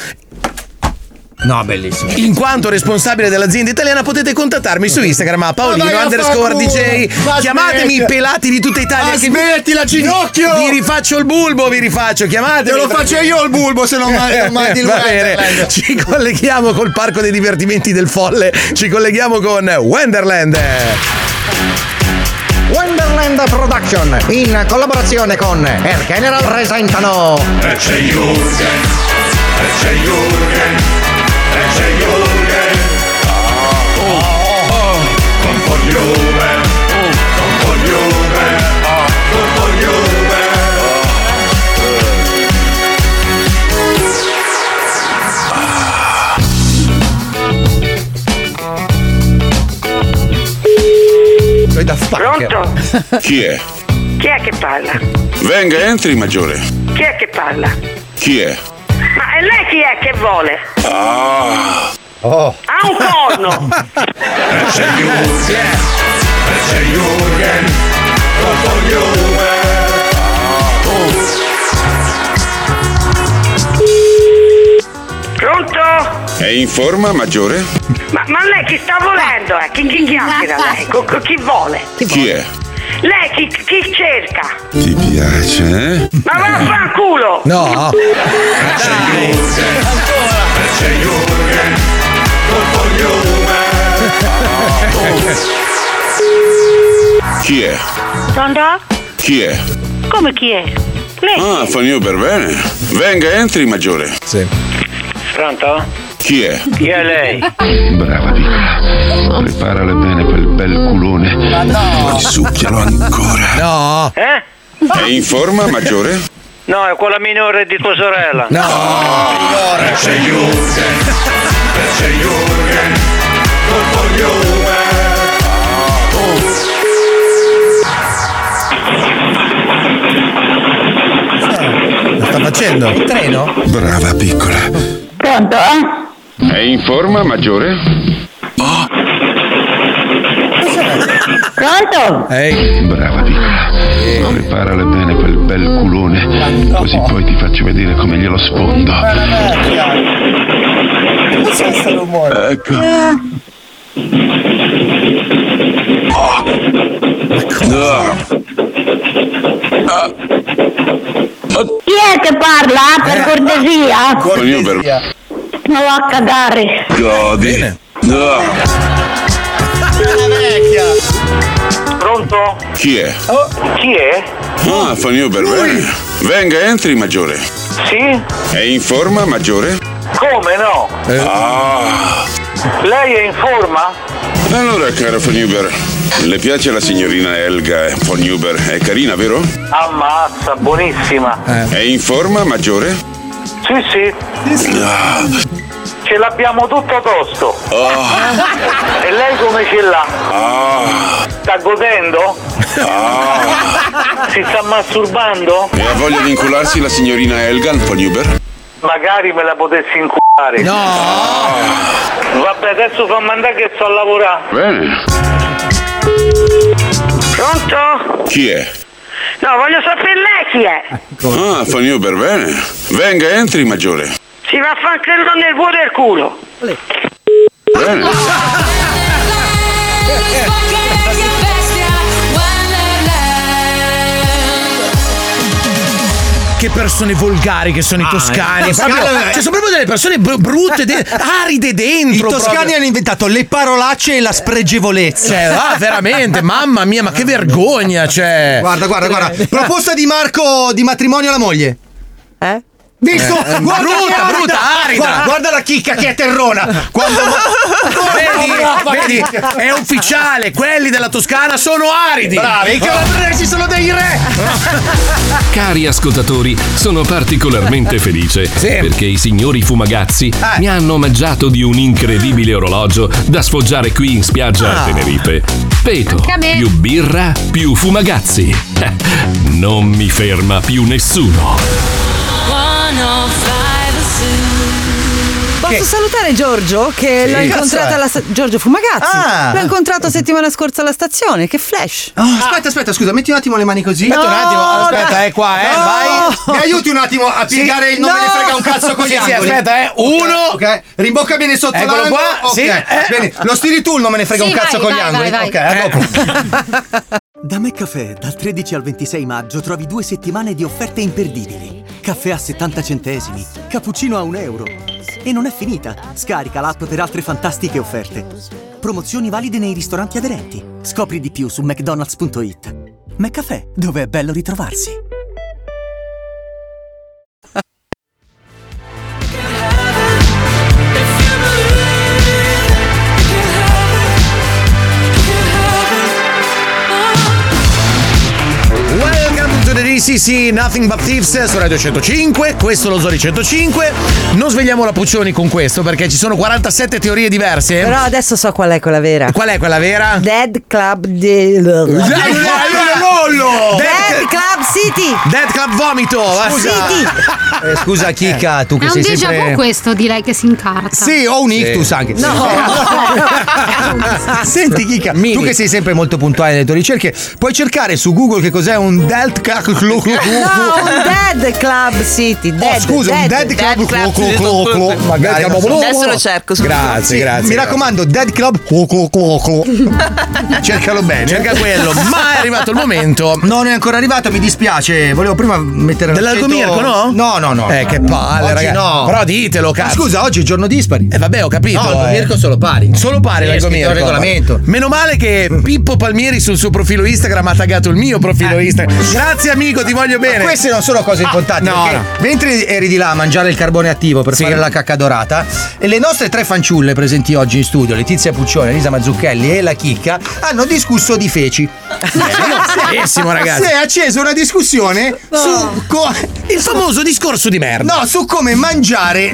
S2: No, bellissimo.
S3: Cioè. in quanto responsabile dell'azienda italiana, potete contattarmi su Instagram a
S2: Ma
S3: Paolino
S2: vai a
S3: underscore
S2: fanculo.
S3: DJ.
S2: Ma
S3: Chiamatemi
S2: smetti.
S3: i pelati di tutta Italia.
S2: Ma
S3: che-
S2: smettila, ginocchio!
S3: Vi rifaccio il bulbo, vi rifaccio. Chiamatemi.
S2: Te lo faccio io il bulbo, se
S3: [LAUGHS]
S2: non mandi- non mandi il
S3: Va
S2: Wonderland.
S3: bene. Ci colleghiamo col parco dei divertimenti del folle. Ci colleghiamo con Wonderland.
S2: Wonderland Production in collaborazione con Air General presentano
S16: E c'è Jürgen, e c'è Jürgen, e c'è Jürgen. Oh, oh, oh. Con coglione, con coglione, con coglione.
S2: Sono da
S18: Pronto?
S9: [LAUGHS] Chi è?
S18: Chi è che parla?
S9: Venga, entri, maggiore.
S18: Chi è che parla?
S9: Chi è?
S18: Ma e lei chi è che vuole?
S9: Ah.
S3: Oh.
S18: Ha un corno!
S16: E c'è Jürgen, e c'è Jürgen, con coglione.
S18: Pronto?
S9: È in forma, maggiore?
S18: Ma, ma lei chi sta volendo? Eh? Chi, chi chiacchiera lei? Co- co- chi vuole?
S9: Chi è?
S18: Lei chi, chi cerca?
S9: Ti piace, eh?
S18: Ma vaffanculo!
S9: No. Chi è?
S18: Pronto?
S9: Chi è?
S18: Come chi è? Lei? [LAUGHS]
S9: Ah, fa mio per bene. Venga, entri, maggiore. Sì.
S18: Pronto?
S9: Chi è?
S18: Chi è lei?
S9: Brava piccola. Preparale bene quel bel culone.
S18: no.
S9: Poi succhialo ancora.
S3: No.
S18: Eh?
S15: È in forma maggiore?
S17: No, è quella minore di tua sorella.
S16: No! Perché Jürgen, perché Jürgen, non voglio
S3: Sta facendo? Il treno?
S15: Brava piccola.
S16: Pronto?
S15: È in forma maggiore?
S16: Pronto?
S3: Ehi.
S15: Brava piccola. Preparale bene quel bel culone, così poi ti faccio vedere come glielo sfondo.
S16: Cos'è sto rumore? Ecco. Ecco.
S15: Ah.
S18: Chi è che parla? eh, Per cortesia?
S15: Io per-
S18: Non va a cagare.
S15: Godi. No.
S18: La vecchia. Pronto?
S15: Chi è?
S18: Chi è?
S16: Oh.
S15: Ah, fa mio per bene. Venga, entri, maggiore.
S18: Sì?
S15: È in forma, maggiore?
S18: Come no?
S16: Eh.
S15: Ah.
S18: Lei è in forma?
S15: Allora, caro von Huber, le piace la signorina Elga von Huber? È carina, vero?
S18: Ammazza, buonissima.
S15: È in forma, maggiore?
S18: Sì, sì.
S15: Ah.
S18: Ce l'abbiamo tutto a posto. E lei come ce l'ha? Sta godendo?
S15: Ah.
S18: Si sta masturbando?
S15: E ha voglia di incularsi la signorina Elga von Huber?
S18: Magari me la potessi inculare. No! Vabbè, adesso fammi andare che sto a lavorare.
S15: Bene.
S18: Pronto?
S15: Chi è?
S18: No, voglio sapere lei chi è.
S15: Ah, von Huber, bene. Venga, entri, maggiore.
S18: Si va a far credo nel vuoto del culo.
S15: Bene.
S3: Che persone volgari che sono i
S2: Ah,
S3: toscani.
S2: i toscani-
S3: proprio- cioè, sono proprio delle persone br- brutte, de- aride
S2: I
S3: dentro.
S2: toscani
S3: proprio.
S2: hanno inventato le parolacce e la spregevolezza.
S3: Cioè, ah, veramente, mamma mia, ma che vergogna, cioè.
S2: Guarda, guarda, guarda. Proposta di Marco di matrimonio alla moglie.
S8: Eh?
S2: Visto?
S3: Eh, eh,
S2: guarda
S3: brutta,
S2: che arida!
S3: brutta, arida.
S2: Guarda, guarda la chicca che è terrona. Quando...
S3: Vedi, vedi, è ufficiale, quelli della Toscana sono aridi.
S2: Bravi,
S19: Ecco.
S2: i calabresi sono dei re.
S1: Cari ascoltatori, sono
S3: [LAUGHS]
S1: particolarmente felice perché i signori fumagazzi
S3: Eh.
S1: mi hanno omaggiato di un incredibile orologio da sfoggiare qui in spiaggia
S4: Ah.
S1: a Tenerife. Peto,
S4: Anche a me.
S1: più birra, più fumagazzi. Eh, Non mi ferma più nessuno.
S8: Posso salutare Giorgio che
S1: Sì.
S8: l'ho
S1: Che
S8: incontrato
S1: cazzo è?
S8: alla sta- Giorgio Fumagazzi.
S2: Ah.
S8: L'ho incontrato settimana scorsa alla stazione, che flash.
S2: Aspetta, aspetta, scusa, metti un attimo le mani così.
S8: Aspetta un attimo, aspetta,
S2: è qua,
S8: eh,
S2: vai. Mi aiuti un attimo a
S8: Sì,
S2: piegare il nome,
S8: no.
S2: ne frega un cazzo con gli
S8: Sì, sì,
S2: angoli.
S8: aspetta, eh, uno.
S2: Ok, ok. Rimbocca bene sotto
S8: Eccolo
S2: l'angolo.
S8: qua,
S2: ok.
S8: sì, eh.
S2: Bene, lo stiri tu, il nome ne frega
S8: Sì,
S2: un cazzo
S8: vai,
S2: con gli
S8: vai,
S2: angoli.
S8: vai, vai.
S2: Ok, a dopo.
S19: [LAUGHS] Da McCaffè dal 13 al 26 maggio trovi due settimane di offerte imperdibili. Caffè a 70 centesimi, cappuccino a 1 euro. E non è finita. Scarica l'app per altre fantastiche offerte. [LAUGHS] Promozioni valide nei ristoranti aderenti. Scopri di più su mcdonalds.it. McCaffè, dove è bello ritrovarsi.
S3: Welcome to the DCC Nothing But Thieves su Radio 105, questo lo Zori 105. Non svegliamo la Puccioni con questo perché ci sono 47 teorie diverse.
S20: Però adesso so qual è quella vera.
S3: Qual è quella vera?
S20: Dead Club di.
S3: Lollo!
S20: Dead Club City!
S3: Dead Club Vomito!
S2: Scusa. Eh, Oh, scusa, Chica, tu
S4: È
S2: che
S4: un
S2: sei
S4: déjà vu
S2: sempre.
S4: questo, direi che si incarta.
S2: Sì, ho un ictus anche. [LAUGHS]
S4: [LAUGHS]
S2: Senti, Chica, tu che sei sempre molto puntuale nelle tue ricerche, puoi cercare su Google che cos'è un Delt Club.
S20: No, un Dead Club City. Dead,
S2: Oh, scusa, un Dead Club clo- clo- clo- clo- magari.
S20: Adesso lo cerco. scusa.
S2: Sì, Mi raccomando, Dead Club. clo- clo- clo- clo. [LAUGHS] Cercalo bene.
S3: Cerca quello, ma è arrivato il momento.
S2: Non è ancora arrivato, mi dispiace. Volevo prima mettere
S3: Dell'alcomirco, no?
S2: l'accento- No, no, no.
S3: Eh, che palle,
S2: Oggi
S3: ragazzi.
S2: no.
S3: Però ditelo,
S2: Ma
S3: cazzo.
S2: Scusa, oggi è giorno dispari.
S3: Eh, vabbè, ho capito.
S2: No,
S3: eh.
S2: l'alcomirco solo pari.
S3: Solo pari
S2: Sì, è scritto
S3: l'alcomirco.
S2: nel regolamento.
S3: Meno male che Pippo Palmieri sul suo profilo Instagram ha taggato il mio profilo Instagram. Grazie amico, ti voglio bene.
S2: Eh.
S3: Ah,
S2: Ma queste non sono cose importanti.
S3: No,
S2: perché
S3: no.
S2: Mentre eri di là a mangiare il carbone attivo per fare la cacca dorata, e le nostre tre fanciulle presenti oggi in studio, Letizia Puccione, Elisa Mazzucchelli e la Chicca, hanno discusso di feci.
S3: Benissimo, ragazzi.
S2: Se è sceso una discussione su
S3: il famoso discorso di merda.
S2: No, su come mangiare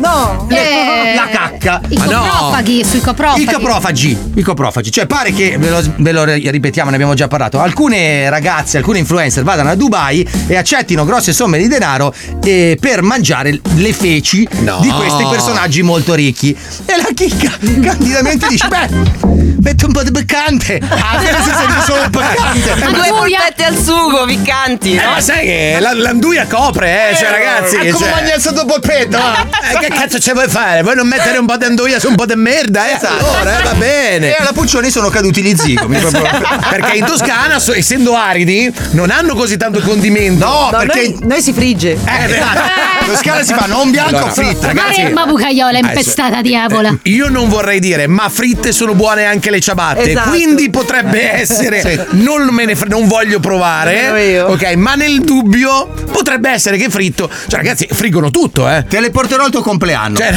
S2: le-
S4: Eh,
S2: la cacca.
S4: I
S3: Ah,
S2: Ma no.
S4: coprofaghi, sui coprofaghi.
S2: I coprofagi, i coprofagi, cioè pare che, ve lo, ve lo ri- ripetiamo, ne abbiamo già parlato, alcune ragazze, alcune influencer vadano a Dubai e accettino grosse somme di denaro eh, per mangiare le feci di questi personaggi molto ricchi. E la chicca candidamente dice, beh,
S16: [LAUGHS]
S2: metto [LAUGHS] un po' di peccante, ah, questo serve solo il
S20: Ma
S2: peccante.
S20: due polpette al sugo, piccanti.
S3: Eh,
S20: no?
S3: ma sai che la, l'anduia copre, eh, cioè ragazzi.
S2: è come
S3: cioè-
S2: mangiare sotto polpetta,
S19: ah.
S2: va.
S3: Eh, che cazzo ci vuoi fare? Vuoi non mettere un po' di anduia su un po' di merda? Eh,
S2: Esatto.
S3: allora, eh, va bene.
S2: E alla Puccioni sono caduti gli zigomi. [LAUGHS] proprio.
S3: perché in Toscana, so- essendo aridi, non hanno così tanto condimento.
S2: No, No, perché-
S20: noi, si frigge.
S3: Eh,
S2: esatto. Toscana si fa non bianco,
S4: fritta.
S3: ragazzi.
S4: Ma bucaiola
S3: Adesso-
S4: impestata diavola.
S3: Io non vorrei dire, ma fritte sono buone anche le ciabatte.
S4: Esatto.
S3: Quindi
S2: [LAUGHS]
S3: potrebbe essere,
S4: Sì.
S3: non me ne fre- non voglio
S2: Nemmeno
S3: provare.
S2: io.
S3: Ok, ma nel dubbio potrebbe essere che fritto. Cioè, ragazzi, friggono tutto, eh.
S2: Te le porterò al tuo compleanno.
S3: Cioè,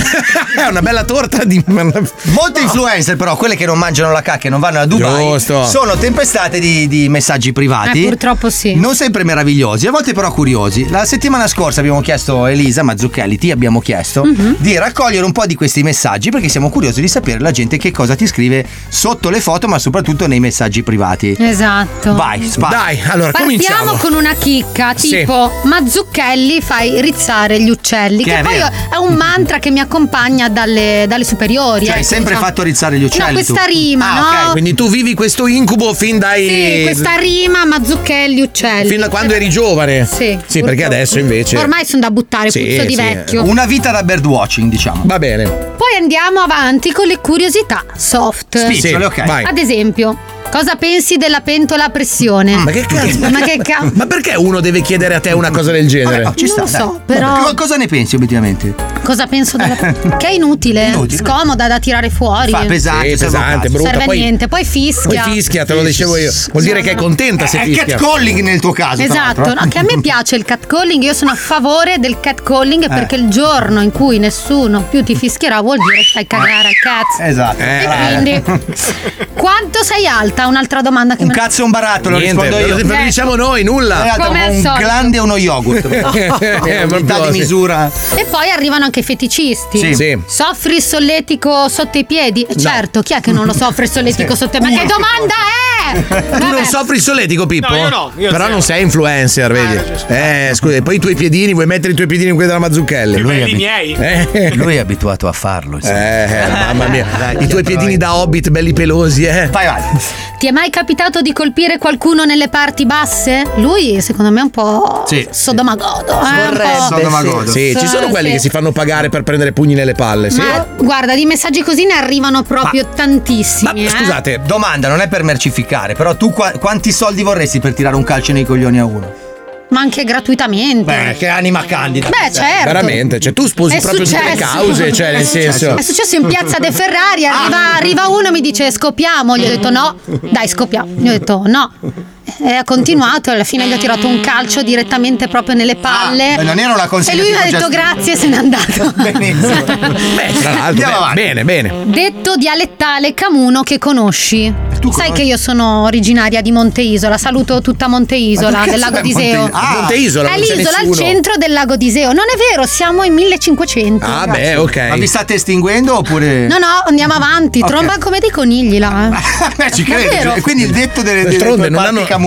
S3: [LAUGHS] è una bella torta di. [LAUGHS]
S2: Molte influencer, però, quelle che non mangiano la cacca e non vanno a Dubai,
S3: Giusto.
S2: sono tempestate di, di messaggi privati.
S4: Eh, purtroppo sì.
S2: Non sempre meravigliosi, a volte però curiosi. La settimana scorsa abbiamo chiesto a Elisa Mazzucchelli, ti abbiamo chiesto
S4: Mhm.
S2: di raccogliere un po' di questi messaggi perché siamo curiosi di sapere la gente che cosa ti scrive sotto le foto, ma soprattutto nei messaggi privati.
S4: Esatto.
S2: Vai, spara. Dai,
S3: allora
S4: Partiamo con una chicca
S2: Sì.
S4: tipo Mazzucchelli fai rizzare gli uccelli
S2: Che
S4: che,
S2: è
S4: poi
S2: vero.
S4: è un mantra che mi accompagna dalle, dalle superiori
S2: Cioè, hai
S4: ecco,
S2: sempre
S4: diciamo.
S2: fatto rizzare gli uccelli.
S4: No, questa
S2: tu.
S4: rima,
S2: Ah,
S4: no?
S2: ok.
S3: Quindi tu vivi questo incubo fin dai.
S4: Sì, questa rima Mazzucchelli uccelli.
S3: Fin da quando eri giovane.
S4: Sì,
S3: perché
S4: purtroppo.
S3: adesso invece.
S4: Ormai sono da buttare,
S3: Sì,
S4: puzzo di
S3: sì. eh,
S4: vecchio.
S2: Una vita da birdwatching, diciamo.
S3: Va bene.
S4: Poi andiamo avanti con le curiosità soft.
S2: Spicciole, Sì, ok. vai.
S4: Ad esempio, cosa pensi della pentola a pressione?
S3: Ma che cazzo?
S4: Ma che cazzo?
S3: Ma perché uno deve chiedere a te una cosa del genere?
S2: Vabbè, oh, ci
S4: Non
S2: sta,
S4: lo so,
S2: dai.
S4: però-
S2: Co- cosa ne pensi obiettivamente?
S4: Cosa penso della [LAUGHS] Che è inutile, scomoda da tirare fuori.
S2: Eh. Fa pesante,
S3: Sì,
S2: serve un
S3: pesante,
S2: cazzo.
S3: brutta.
S4: Serve a
S3: Poi-
S4: niente, poi
S3: Poi
S4: fischia.
S3: fischia, te lo dicevo io. Vuol dire che è contenta se
S2: È
S3: fischia.
S2: catcalling Eh, nel tuo caso. tra
S4: Esatto,
S2: l'altro, eh.
S4: no, che a
S3: [LAUGHS]
S2: [LAUGHS]
S4: me piace il catcalling, io sono a favore del catcalling
S2: Eh.
S4: perché il giorno in cui nessuno più ti fischierà vuol dire che fai cagare al cazzo.
S2: Esatto.
S3: Eh.
S4: E quindi quanto sei alta? Un'altra domanda che
S2: Un
S4: me Eh. ne-
S2: cazzo e un barattolo,
S3: Niente,
S2: rispondo io.
S3: ve lo- ve lo diciamo noi, nulla.
S2: Tra l'altro,
S4: Come al
S2: un
S4: solito.
S2: grande e
S3: [LAUGHS]
S2: uno yogurt.
S3: Eh,
S2: Unità
S3: proprio
S2: di
S3: sì.
S2: misura.
S4: E poi arrivano anche i feticisti.
S2: Sì. Sì.
S4: Soffri il solletico sotto i piedi? Eh, Certo, chi è che non lo soffre il solletico
S3: Sì.
S4: sotto i piedi? Ma che domanda è?
S3: Tu non soffri il solletico, Pippo?
S4: No, io no, io
S3: Però
S4: zero. Ah,
S3: non sei influencer, vedi? Eh, scusa, e poi i tuoi piedini, vuoi mettere i tuoi piedini in quelli della Mazzucchelli?
S2: Lui è
S3: abit-
S2: miei.
S3: Eh.
S2: Lui è abituato a farlo. sì.
S3: Eh, mamma mia.
S2: Dai,
S3: I tuoi
S2: dai,
S3: piedini da hobbit belli pelosi, eh.
S2: Vai, vai.
S4: Ti è mai capitato di colpire qualcuno nelle parti basse? Lui, secondo me, è un po'
S3: Sì.
S4: sodomagodo. eh, un po'.
S3: Sì, ci sono quelli
S4: sì.
S3: che si fanno pagare per prendere pugni nelle palle, sì.
S4: Ma guarda, di messaggi così ne arrivano proprio tantissimi. eh.
S2: Scusate, domanda, non è per mercificare, però tu qua- quanti soldi vorresti per tirare un calcio nei coglioni a uno?
S4: eh. Ma anche gratuitamente.
S2: Beh, che anima candida. cioè,
S4: Beh, certo.
S3: Veramente, cioè tu sposi
S4: È
S3: proprio tutte le
S4: successo.
S3: cause, cioè nel senso. Ah.
S4: È successo in piazza De Ferrari, arriva, arriva uno e mi dice scopiamo, gli ho detto no, dai scopiamo, gli ho detto no. E ha continuato, alla fine gli ho tirato un calcio direttamente proprio nelle
S3: Ah,
S4: palle.
S2: beh, non era una consiglia
S4: E lui mi ha
S2: tipo
S4: detto
S2: Justin-
S4: grazie e se
S3: [LAUGHS]
S4: n'è andato.
S3: Beh, Eh, tra l'altro,
S2: Andiamo
S3: beh,
S2: avanti.
S3: bene, bene.
S4: Detto dialettale camuno che conosci. Sai che io sono originaria di Monte Isola, saluto tutta Monte Isola
S3: Ma che
S4: del
S3: cazzo
S4: Lago
S3: è
S4: d'Iseo.
S3: Monte- ah, Monte Isola,
S4: è
S3: non c'è
S4: l'isola al
S3: nessuno.
S4: centro del Lago d'Iseo. Non è vero, siamo in 1500.
S3: Ah, beh, ok.
S2: Ma vi state estinguendo oppure.
S4: No, no, andiamo avanti.
S2: Ok.
S4: Tromba come dei conigli là. eh.
S2: Beh, ci credo.
S4: Davvero?
S2: cioè, Quindi il detto delle, delle
S3: D'altronde
S2: tue
S3: non
S2: parti
S3: hanno-
S2: camune.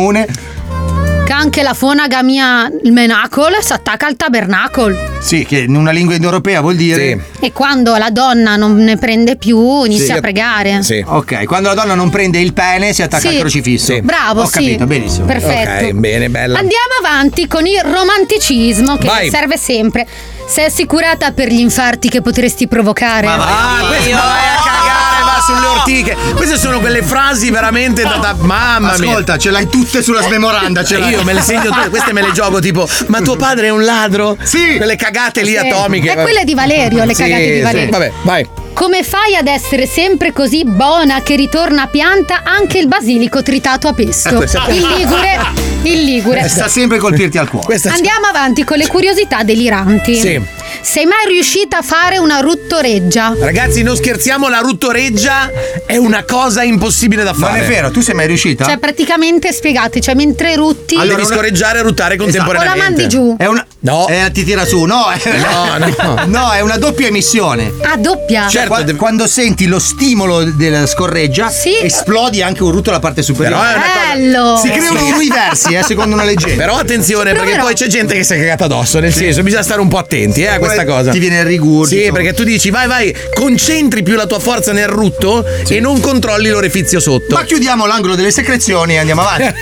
S4: Che anche la fonaga mia, il menacol, si attacca al tabernacol.
S2: Sì, che in una lingua indoeuropea vuol dire.
S4: E quando la donna non ne prende più, inizia
S2: Sì.
S4: a pregare.
S2: Ok, quando la donna non prende il pene si attacca
S4: Sì.
S2: al crocifisso.
S4: Bravo,
S2: Ho
S4: sì.
S2: capito, benissimo.
S4: Perfetto.
S3: Ok, bene, bella.
S4: Andiamo avanti con il romanticismo che
S3: Vai.
S4: serve sempre. Sei assicurata per gli infarti che potresti provocare?
S3: Ah, questo vai a cagare, va sulle ortiche. Queste sono quelle frasi veramente da, da- mamma mia.
S2: Ascolta, ce l'hai tutte sulla smemoranda. Ce l'hai.
S3: Eh, Io me le segno tutte, queste me le gioco tipo, ma tuo padre è un ladro? Sì. Quelle cagate lì
S4: Sì.
S3: atomiche.
S4: È quelle di Valerio, le
S3: Sì,
S4: cagate di
S3: sì.
S4: Valerio.
S3: Vabbè, vai.
S4: Come fai ad essere sempre così buona che ritorna a pianta anche il basilico tritato a
S2: Ah,
S4: pesto?
S2: questa- [LAUGHS]
S4: Il Ligure, il Ligure.
S2: Sa sempre colpirti al cuore.
S4: Andiamo avanti con le curiosità deliranti.
S3: Sì.
S4: Sei mai riuscita a fare una ruttoreggia?
S3: Ragazzi, non scherziamo, la ruttoreggia è una cosa impossibile da fare.
S2: è vero, tu sei mai riuscita?
S4: Cioè, praticamente spiegate, cioè mentre rutti.
S3: Allora, devi scoreggiare e ruttare contemporaneamente.
S4: O Esatto. la mandi giù.
S2: È una... No. Eh, ti tira su, no? è-
S3: No, Certo, no.
S2: [LAUGHS] No, è una doppia emissione.
S4: A doppia.
S2: Cioè, qua- quando senti lo stimolo della scorreggia, esplodi anche un rutto alla parte superiore.
S4: Eh.
S3: Però è una cosa-
S4: Bello.
S2: Si creano universi, eh,
S4: [LAUGHS]
S2: secondo una leggenda.
S3: Però attenzione, perché
S2: Proverò.
S3: poi c'è gente che si è cagata addosso. Nel senso, bisogna stare un po' attenti eh, a
S2: Poi
S3: questa cosa.
S2: ti viene il
S3: Sì, perché tu dici vai, vai, concentri più la tua forza nel rutto e non controlli l'orifizio sotto.
S2: Ma chiudiamo l'angolo delle secrezioni e andiamo
S3: [LAUGHS]
S2: avanti.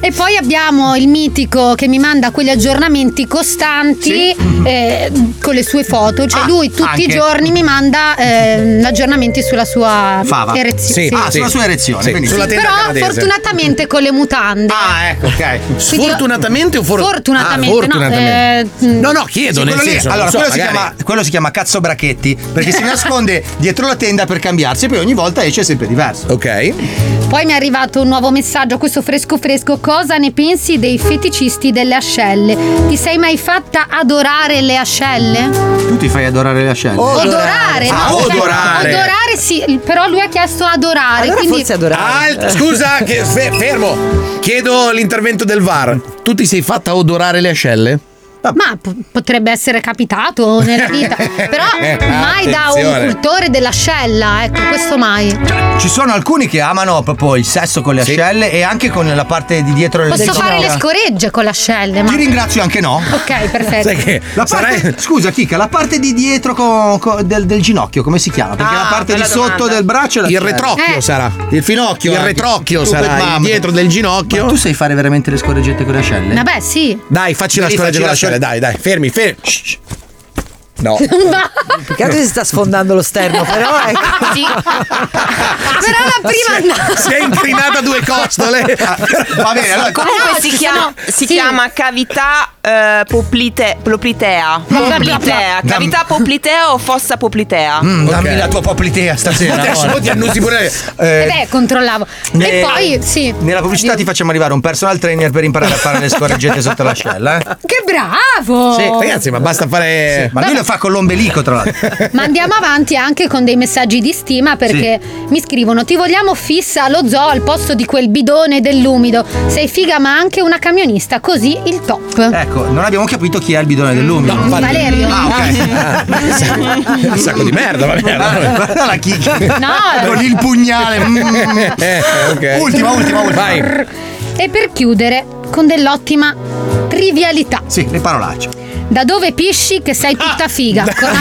S4: E poi abbiamo il mitico che mi manda quegli aggiornamenti costanti eh, con le sue foto. Cioè, lui tutti i
S2: Ah, anche.
S4: giorni mi manda eh, aggiornamenti sulla sua
S2: Fava.
S4: erezione.
S2: Sì, ah, sulla sua erezione, quindi-
S4: Sì,
S2: Sulla tenda
S4: però
S2: canadese.
S4: fortunatamente con le mutande. Ah,
S2: ecco, ok.
S3: Sfortunatamente o for-
S4: Fortunatamente,
S3: Ah, fortunatamente.
S4: no. eh,
S3: No, no, chiedo,
S2: mm. Sì,
S3: nel
S2: quello lì-
S3: senso, non
S2: allora,
S3: so,
S2: quello, si
S3: magari-
S2: chiama, quello si chiama cazzo bracchetti
S3: [LAUGHS]
S2: perché si nasconde dietro la tenda per cambiarsi e poi ogni volta esce sempre diverso.
S3: Ok.
S4: Poi mi è arrivato un nuovo messaggio, questo fresco fresco. Cosa ne pensi dei feticisti delle ascelle? Ti sei mai fatta adorare le ascelle?
S2: Tu ti fai adorare le ascelle.
S4: Odorare, no,
S2: Ah,
S4: cioè,
S2: odorare.
S4: odorare sì, però lui ha chiesto adorare. quindi...
S3: Alt- scusa, che- fe- fermo. Chiedo l'intervento del VAR. Tu ti sei fatta odorare le ascelle?
S4: Ma p- potrebbe essere capitato nella
S2: [LAUGHS]
S4: vita, però mai da un
S2: Attenzione.
S4: cultore dell'ascella, ecco, questo mai.
S2: Ci sono alcuni che amano proprio il sesso con le ascelle e anche con la parte di dietro del
S4: Posso fare le
S2: ginocchio.
S4: scoregge con l'ascella, ma...
S2: Ti ringrazio anche no. [LAUGHS]
S4: Ok, perfetto.
S2: La parte- Scusa, Chica, la parte di dietro co- co- del, del ginocchio, come si chiama? Perché
S3: Ah,
S2: la parte di
S3: bella
S2: sotto
S3: domanda.
S2: del braccio è la
S3: Il
S2: ascella.
S3: retrocchio Eh. sarà.
S2: Il finocchio.
S3: Il
S2: anche.
S3: retrocchio
S2: Tu,
S3: sarà, il
S2: mamma.
S3: dietro del ginocchio.
S2: Ma tu sai fare veramente le scorreggette con le ascelle?
S4: Vabbè, Eh sì.
S2: Eh,
S3: Dai, facci la storia
S2: Dai, facci
S3: con le
S2: la
S3: ascelle, dai, dai. Fermi, fermi. Shh. No.
S8: [LAUGHS]
S20: Più che altro si sta sfondando lo sterno, però
S2: [LAUGHS]
S8: ecco.
S20: è.
S4: Però la prima andata.
S3: Si è incrinata a due
S2: [LAUGHS]
S3: costole.
S2: Ah,
S3: Va bene, allora-
S21: Comunque
S4: No,
S21: si,
S4: Ah, ci
S21: chiama,
S4: sono-
S21: si
S4: sì.
S21: chiama cavità eh, poplite- poplitea.
S2: Mm. Bla, bla, bla, bla.
S21: Poplitea.
S2: Dam-
S21: Cavità poplitea o fossa poplitea?
S2: [LAUGHS] Mm, Dammi la tua poplitea stasera.
S21: Adesso
S2: allora.
S21: ti annusi pure-
S4: Eh
S2: Eh,
S4: beh, controllavo.
S2: ne-
S4: E poi, sì.
S2: Nella pubblicità ti facciamo arrivare un personal trainer per imparare a fare le scorreggette sotto l'ascella. Eh?
S4: Che bravo!
S3: ma basta fare.
S2: ma lui lo fa con l'ombelico, tra
S3: [LAUGHS]
S2: l'altro.
S4: Ma andiamo avanti anche con dei messaggi di stima perché mi scrivono: Ti vogliamo fissa allo zoo al posto di quel bidone dell'umido. Sei figa, ma anche una camionista, così il top.
S2: Ecco, non abbiamo capito chi è il bidone dell'umido.
S4: No, Valerio. Ah.
S2: Ah, ok.
S3: [LAUGHS] Un sacco di
S2: [LAUGHS]
S3: merda, va bene.
S2: Guarda la chicca.
S4: No.
S2: Con il pugnale. mm.
S3: Eh, [LAUGHS] ok.
S2: [LAUGHS] Ultima, ultima, ultima.
S3: Vai.
S4: E per chiudere, con dell'ottima trivialità.
S2: Sì, le parolacce. Ah.
S4: Da dove pisci che sei tutta figa? Poeta,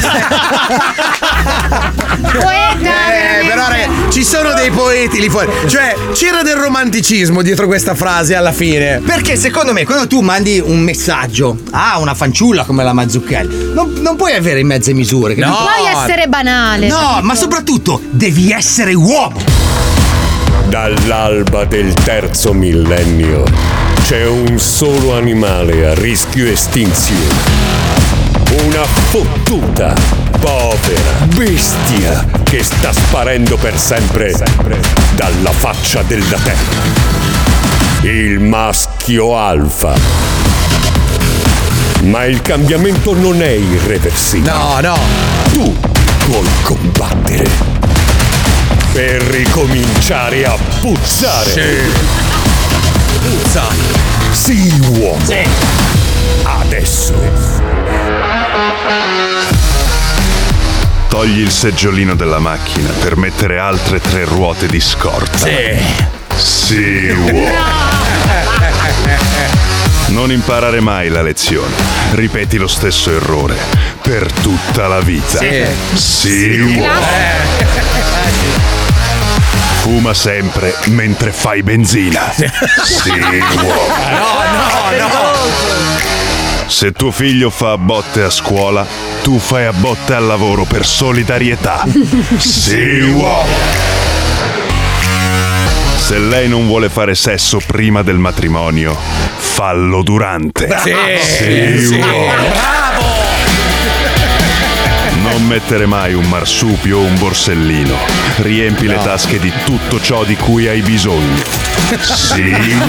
S3: Eh, però raga, ci sono [LAUGHS] dei poeti lì fuori. Cioè, c'era del romanticismo dietro questa frase alla fine.
S2: Perché secondo me quando tu mandi un messaggio a una fanciulla come la Mazzucchelli, non, non puoi avere mezze misure.
S4: Non
S2: capito?
S4: puoi essere banale.
S2: No, ma soprattutto devi essere uomo.
S22: Dall'alba del terzo millennio c'è un solo animale a rischio estinzione. Una fottuta, povera bestia che sta sparendo per sempre dalla faccia della terra. Il maschio alfa. Ma il cambiamento non è irreversibile.
S3: No, no.
S22: Tu vuoi combattere per ricominciare a puzzare. Puzza. Sii uomo. Adesso.
S9: Togli il seggiolino della macchina per mettere altre tre ruote di scorta. Sì. Sì, uomo. Non imparare mai la lezione. Ripeti lo stesso errore per tutta la vita.
S16: Sì.
S9: Sì, uomo. Fuma sempre mentre fai benzina. Sì, uomo. Se tuo figlio fa a botte a scuola, tu fai a botte al lavoro per solidarietà. Sì, uomo. Se lei non vuole fare sesso prima del matrimonio, fallo durante.
S16: Bravo.
S9: Sì,
S16: Sì.
S9: uomo.
S16: Bravo.
S9: Non mettere mai un marsupio o un borsellino. Riempi le tasche di tutto ciò di cui hai bisogno. Sì.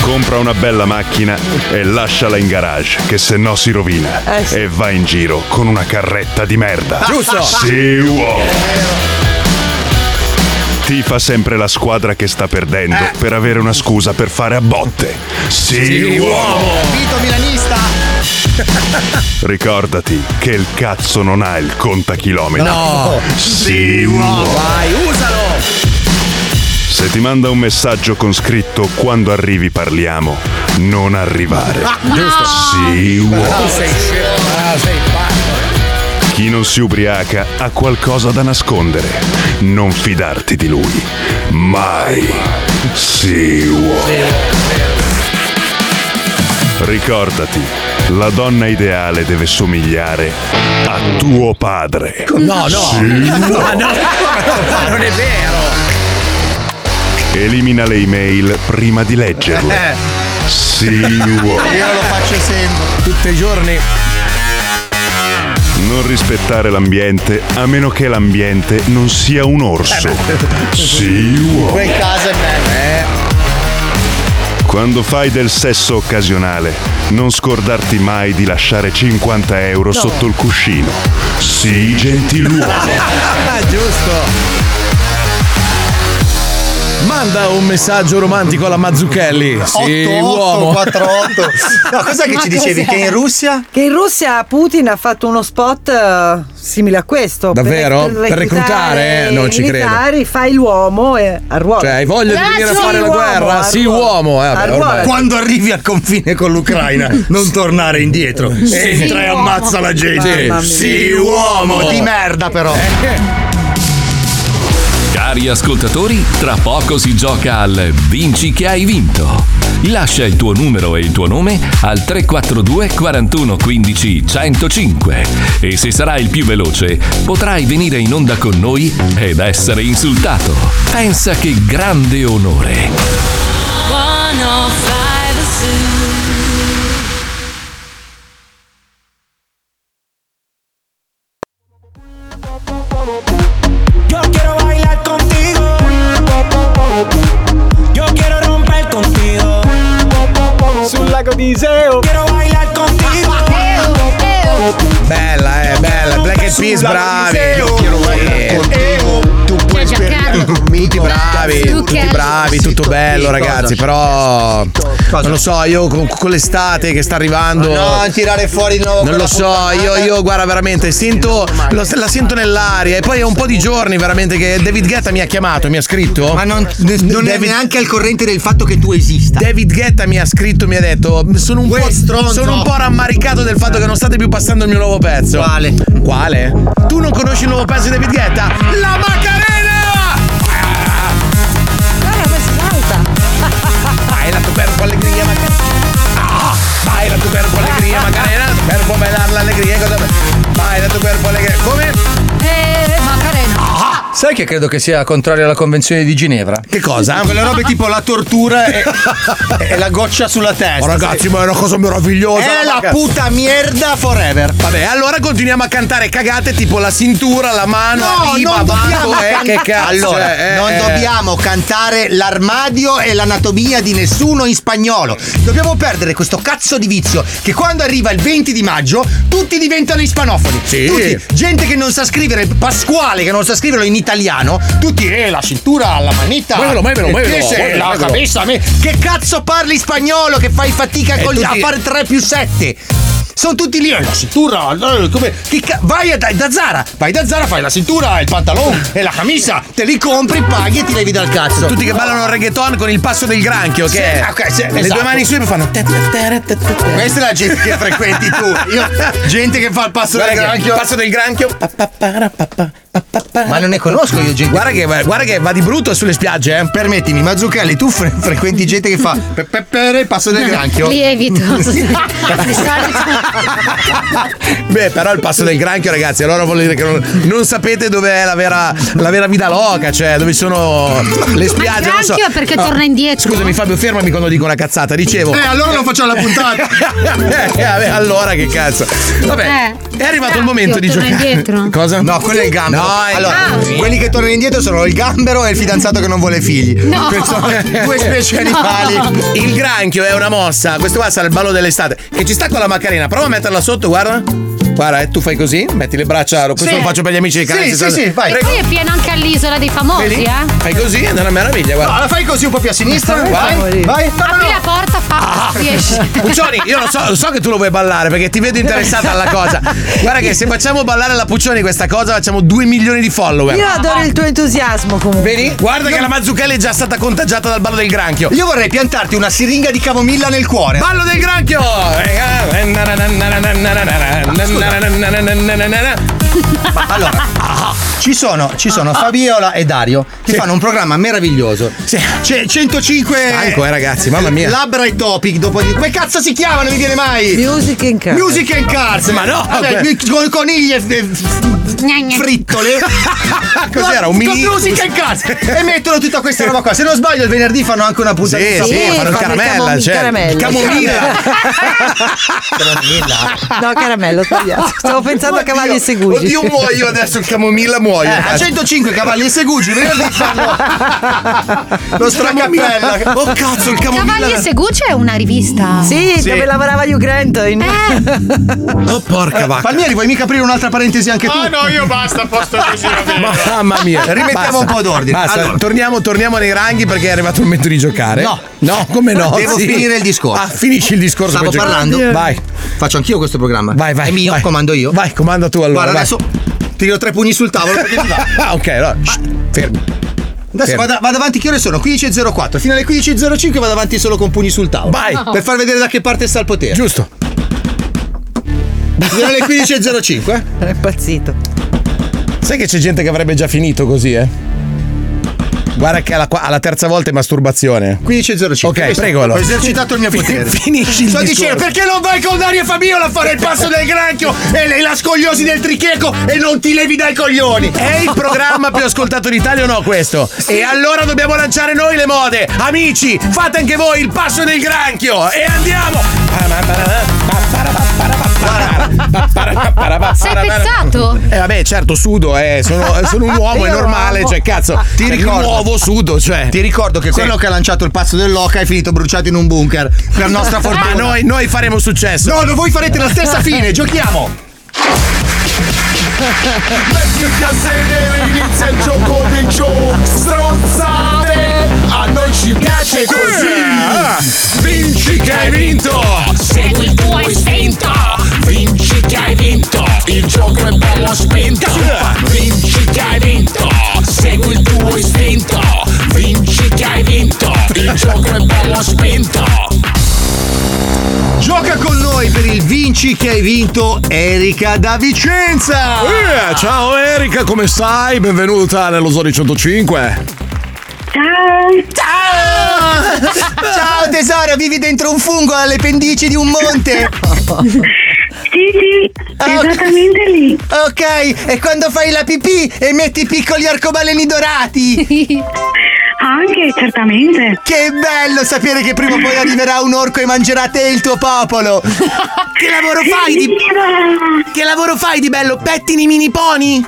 S9: Compra una bella macchina e lasciala in garage, che se no si rovina.
S16: Eh, sì.
S9: E va in giro con una carretta di merda.
S16: Giusto.
S9: Sì, uomo. Tifa sempre la squadra che sta perdendo
S16: Eh.
S9: per avere una scusa per fare a botte. Sì, uomo.
S2: Vito milanista.
S9: Ricordati che il cazzo non ha il contachilometri.
S16: No.
S9: Sì, uomo.
S16: Vai, usalo.
S9: Se ti manda un messaggio con scritto quando arrivi parliamo, non
S16: [LAUGHS]
S9: arrivare.
S16: Giusto.
S9: Sì,
S16: Ah,
S9: uomo.
S16: sei scemo. Ah, sei pazzo.
S9: Chi non si ubriaca ha qualcosa da nascondere. Non fidarti di lui. Mai. Sì, uomo. Ricordati, la donna ideale deve somigliare a tuo padre.
S16: [LAUGHS] No, no.
S9: Sì, uomo.
S16: Ah, no. Non è vero.
S9: Elimina le email prima di leggerle.
S16: [LAUGHS]
S9: Sì, uomo.
S2: Io lo faccio sempre. Tutti i giorni.
S9: Non rispettare l'ambiente a meno che l'ambiente non sia un orso. Sì,
S2: In
S9: uomo.
S2: quel caso è eh. bello.
S9: Quando fai del sesso occasionale, non scordarti mai di lasciare 50 euro sotto il cuscino. Sì, gentiluomo.
S3: Ah, giusto. Manda un messaggio romantico alla Mazzucchelli. Sì,
S2: 8, 8,
S3: uomo.
S2: 4,
S3: [LAUGHS]
S2: 8. No, cos'è che
S8: Ma
S2: ci dicevi?
S8: cos'è?
S2: Che in Russia?
S8: Che in Russia Putin ha fatto uno spot eh, simile a questo. per-
S3: Davvero?
S8: Per,
S3: Per
S2: Eh,
S3: reclutare? Eh, Non ci
S8: i
S3: credo.
S8: militari, fai l'uomo e arruola.
S3: Cioè, hai voglia di venire a fare la guerra? Sì, uomo. Eh, vabbè, ormai.
S2: Quando arrivi al confine
S3: [LAUGHS]
S2: con l'Ucraina, non tornare indietro.
S3: Sì.
S2: Entra e
S3: Sì,
S2: ammazza
S3: uomo.
S2: la gente.
S3: Mamma mia.
S2: Sì, uomo. Di merda, però.
S3: Eh.
S1: Cari ascoltatori, tra poco si gioca al Vinci che hai vinto. Lascia il tuo numero e il tuo nome al 342 41 15 105 e se sarai il più veloce potrai venire in onda con noi ed essere insultato. Pensa che grande onore.
S6: 105 Zoo.
S16: Yo quiero bailar contigo. Yo quiero romper contigo. Sul lago di Iseo. Quiero bailar contigo.
S3: Bella, eh, bella. Black and Peas, bravi. Sì. Tutti bravi, tutti bravi, tutto bello ragazzi, però non lo so, io con, con l'estate che sta arrivando...
S2: Ma no, tirare fuori di nuovo
S3: Non lo
S2: quella
S3: so, io, io guarda veramente, sento, lo- la sento nell'aria e poi è un po' di giorni veramente che David Guetta mi ha chiamato, mi ha scritto. Ma non,
S2: non è neanche al corrente del fatto che tu esista.
S3: David Guetta mi ha scritto, mi ha detto, sono un, po',
S2: stronzo."
S3: sono un po' rammaricato del fatto che non state più passando il mio nuovo pezzo. Quale? Quale? Tu non conosci il nuovo pezzo di David Guetta? La Macarena!
S16: Guarda come salta.
S3: Vai la tuberco allegria, Macarena. Ah, vai la tuberco allegria, eh? Macarena. Tuberco bailar l'allegria. Cosa... Vai la tuberco allegria. Come? Ah,
S4: Eh, Macarena.
S23: Sai che credo che sia contrario alla convenzione di Ginevra?
S3: Che cosa?
S2: Quelle robe tipo la
S3: [LAUGHS]
S2: tortura e, e la goccia sulla testa.
S3: Oh, ragazzi, ma è una cosa meravigliosa.
S2: È la
S3: Macarena.
S2: puta merda forever.
S3: Vabbè, allora continuiamo a cantare cagate tipo la cintura, la mano,
S2: No,
S3: arriva,
S2: non
S3: avanti,
S2: dobbiamo
S3: eh,
S2: can-
S3: che cazzo.
S2: Allora,
S3: eh,
S2: non
S3: eh.
S2: dobbiamo cantare l'armadio e l'anatomia di nessuno in spagnolo. Dobbiamo perdere questo cazzo di vizio che quando arriva il 20 di maggio tutti diventano ispanofoni. Tutti, gente che non sa scrivere, Pasquale che non sa scriverlo in italiano, tutti eh la cintura, la manita.
S3: Muovilo, muovilo,
S2: il
S3: muovilo,
S2: piede,
S3: muovilo,
S2: la
S3: muovilo.
S2: cabeza, me- Che cazzo parli spagnolo che fai fatica
S3: Eh,
S2: col- a
S3: tutti-
S2: fare 3 più 7? Sono tutti lì, eh, la cintura, eh, come, che ca- vai a- da, da Zara, vai da Zara, fai la cintura, il pantalone e la camicia, te li compri, paghi e ti levi dal cazzo.
S3: Tutti che ballano reggaeton con il passo del granchio,
S2: Sì,
S3: che è-
S2: ok, sì,
S3: Eh, le
S2: esatto.
S3: due mani su e poi fanno.
S2: Questa è la gente
S3: [LAUGHS]
S2: che frequenti tu. Io- gente che fa il passo
S3: Guarda
S2: del
S3: che-
S2: granchio.
S3: Passo del granchio. pa, pa, para, pa, pa,
S2: Ma non ne conosco io gente.
S3: Guarda che, guarda che va di brutto sulle spiagge, eh.
S2: Permettimi, ma Zucchelli, tu fre- frequenti gente che fa pe- pe- pere, passo del granchio. [LAUGHS]
S4: Lievito. [LAUGHS] sì. Di solito-
S3: Beh, però il passo del granchio, ragazzi, allora vuol dire che non, non sapete dov'è la vera, la vera vita loca, cioè dove sono le
S4: Ma il
S3: spiagge. non so.
S4: granchio è perché
S3: No,
S4: torna indietro.
S3: Scusami, Fabio, fermami quando dico una cazzata. Dicevo.
S4: Eh, allora non facciamo la puntata.
S3: [LAUGHS] Eh, vabbè, allora che cazzo. Vabbè,
S4: Eh,
S3: è arrivato il momento di
S2: torna
S3: giocare.
S2: indietro?
S3: Cosa?
S2: No, quello è il gambero.
S3: No, è-
S2: allora, quelli che tornano indietro sono il gambero e il fidanzato che non vuole figli.
S3: No.
S2: Queste sono
S4: [LAUGHS]
S2: due specie animali.
S3: Il granchio è una mossa. Questo qua sarà il ballo dell'estate. Che ci sta con la maccherina. Prova a metterla sotto, guarda. Guarda, eh, tu fai così, metti le braccia. Questo
S4: Sì.
S3: lo faccio per gli amici di
S4: Sì,
S3: Canale
S4: sì,
S3: 60.
S2: sì, vai.
S4: E poi è pieno anche all'isola dei famosi,
S3: Vedi?
S4: eh.
S3: Fai così, è una meraviglia, guarda.
S2: No, la fai così un po' più a sinistra. Vai, vai.
S4: Apri la porta, fa. Riesci.
S3: Ah. [LAUGHS] Puccioni, io lo so, lo so che tu lo vuoi ballare perché ti vedo interessata alla cosa. Guarda che se facciamo ballare la Puccioni questa cosa facciamo 2 milioni di follower.
S20: Io adoro il tuo entusiasmo comunque.
S3: Vedi? Guarda che la Mazzucchelli è già stata contagiata dal ballo del granchio.
S2: Io vorrei piantarti una siringa di camomilla nel cuore.
S3: Ballo del granchio! Eh,
S2: Ma allora, ci sono, ci sono
S3: Ah,
S2: Fabiola e Dario che fanno un programma meraviglioso. C'è 105
S3: Stanco, eh, ragazzi, mamma mia.
S2: Labbra e topic dopo di- Come cazzo si chiama? Non mi viene mai.
S20: Music in Cars.
S2: Music and Cars.
S3: Ma no,
S2: Vabbè,
S3: beh.
S2: con coniglie eh, e frittole.
S3: Cos'era, un
S2: Con
S3: mini-
S2: Music and Cars. E mettono tutta questa roba qua. Se non sbaglio il venerdì fanno anche una puntata
S3: Sì,
S2: di
S3: sì,
S2: sapore.
S3: fanno il caramella,
S20: camom-
S3: cioè,
S20: caramello.
S3: camomilla.
S20: No, caramello,
S3: [LAUGHS]
S20: ho sbagliato. Stavo pensando a cavalli e segugi.
S3: Oddio, muoio adesso, il camomilla
S2: Eh,
S3: muoio.
S2: a 105 cavalli e segugi, venerdì fanno lo stracappella.
S3: Oh cazzo, il camomilla.
S4: Cavalli e Segucci è una rivista. Eh.
S20: Sì,
S3: Sì.
S20: dove lavorava Hugh Grant. in-
S3: Oh, porca vacca.
S2: Palmieri, vuoi mica aprire un'altra parentesi anche tu?
S5: Ah, no, io
S3: [LAUGHS]
S5: basta, posto così.
S3: Mamma mia,
S2: Rimettiamo
S3: Basta.
S2: un po' d'ordine.
S3: Basta.
S2: Allora.
S3: Torniamo, torniamo nei ranghi perché è arrivato il momento di giocare.
S2: No.
S3: no, come no?
S2: Devo
S3: Sì.
S2: finire il discorso.
S3: Ah, finisci il discorso.
S2: Stavo
S3: poi giochi.
S2: parlando.
S3: Vai,
S2: Faccio anch'io questo programma.
S3: vai, vai.
S2: È mio,
S3: vai.
S2: comando io.
S3: Vai, comanda tu allora.
S2: Guarda,
S3: vai.
S2: adesso tiro tre pugni sul tavolo
S3: [LAUGHS]
S2: perché ti va.
S3: Ah, ok, allora. shh, fermi.
S2: Adesso
S3: Fermo.
S2: vado, vado avanti, che ore sono? 15.04. Fino alle 15.05 vado avanti solo con pugni sul tavolo.
S3: Vai.
S2: Per far vedere da che parte sta il potere.
S3: Giusto.
S2: Fino alle 15.05.
S20: [LAUGHS] È impazzito.
S3: Sai che c'è gente che avrebbe già finito così, eh? Guarda che alla, qua- alla terza volta è masturbazione.
S2: 15.05.
S3: Ok, prego allora.
S2: Ho esercitato il mio potere.
S3: Finisci il
S2: Sto
S3: discorso.
S2: dicendo perché non vai con Dario e Fabiola a fare il passo del granchio e le- la scogliosi del tricheco e non ti levi dai coglioni.
S3: È il programma più ascoltato d'Italia o no questo? E allora dobbiamo lanciare noi le mode. Amici, fate anche voi il passo del granchio e andiamo.
S4: Sei pezzato?
S3: Eh vabbè, certo, sudo, eh, sono, sono un uomo, è normale, cioè cazzo.
S2: Ti
S3: Ti ricordo. Un
S2: ricordo.
S3: uovo sudo, cioè.
S2: Ti ricordo che
S3: Sì.
S2: quello che ha lanciato il pazzo dell'oca è finito bruciato in un bunker.
S3: [LAUGHS]
S2: Per [LAUGHS] nostra
S3: Ma
S2: fortuna.
S3: Ah, noi, noi faremo successo.
S2: No, no, voi farete la stessa fine, giochiamo!
S16: Metti a sedere, inizia il gioco del gioco Stronzate, a noi ci piace così ah. Vinci che hai vinto, segui il tuo istinto Vinci che hai vinto, il gioco è bello spinto Vinci che hai vinto, segui il tuo istinto Vinci che hai vinto, il gioco è bello spinto
S2: Gioca con noi per il Vinci che hai vinto Erika da Vicenza!
S3: Eh, ciao Erika, come stai? Benvenuta nello Zoni 105.
S7: [LAUGHS]
S2: Ciao! Ciao tesoro, vivi dentro un fungo alle pendici di un monte! Ah,
S7: Sì, sì, esattamente lì.
S2: Ok, e quando fai la pipì e metti piccoli arcobaleni dorati!
S7: [LAUGHS] Anche, certamente.
S2: Che bello sapere che prima o poi arriverà un orco e mangerà te e il tuo popolo! Che lavoro fai di...
S7: Viva!
S2: Che lavoro fai di bello? Pettini mini pony?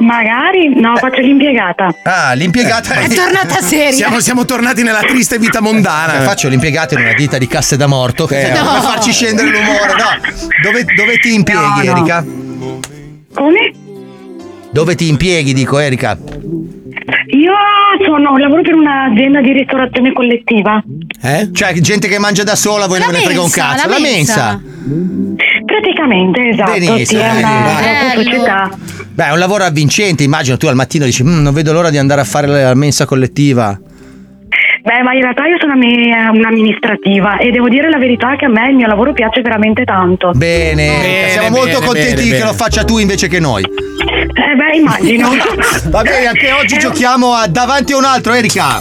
S7: Magari, no, faccio l'impiegata.
S2: Ah, l'impiegata
S3: [LAUGHS]
S4: È tornata seria.
S3: Siamo, siamo tornati nella triste vita mondana.
S2: Eh, Faccio l'impiegato in una ditta di casse da morto che
S3: Eh, No.
S2: per farci scendere l'umore, no? Dove, dove ti impieghi,
S7: No, no.
S2: Erika?
S7: Come?
S2: Dove ti impieghi, dico Erika?
S7: Io sono, lavoro per un'azienda di ristorazione collettiva.
S3: Eh?
S2: Cioè, gente che mangia da sola, voi
S4: La
S2: non me ne frega un
S4: mensa,
S2: cazzo.
S4: la
S2: La
S4: mensa.
S2: mensa.
S7: Praticamente, esatto.
S2: Benissimo,
S7: sì, è
S2: benissimo.
S7: una
S4: Bello.
S7: società.
S2: Beh, è un lavoro avvincente, immagino. Tu al mattino dici, "Mm, non vedo l'ora di andare a fare la mensa collettiva.
S7: Beh, ma in realtà io sono ami- un'amministrativa e devo dire la verità che a me il mio lavoro piace veramente tanto.
S3: Eh,
S7: Eh,
S2: Bene, Eh, siamo molto
S7: bene,
S2: contenti
S7: bene,
S2: che
S7: bene.
S2: lo faccia tu invece che noi.
S7: Eh beh,
S2: [LAUGHS]
S7: immagino.
S2: Va bene, anche
S7: Eh.
S2: oggi giochiamo a davanti a un altro, Erika.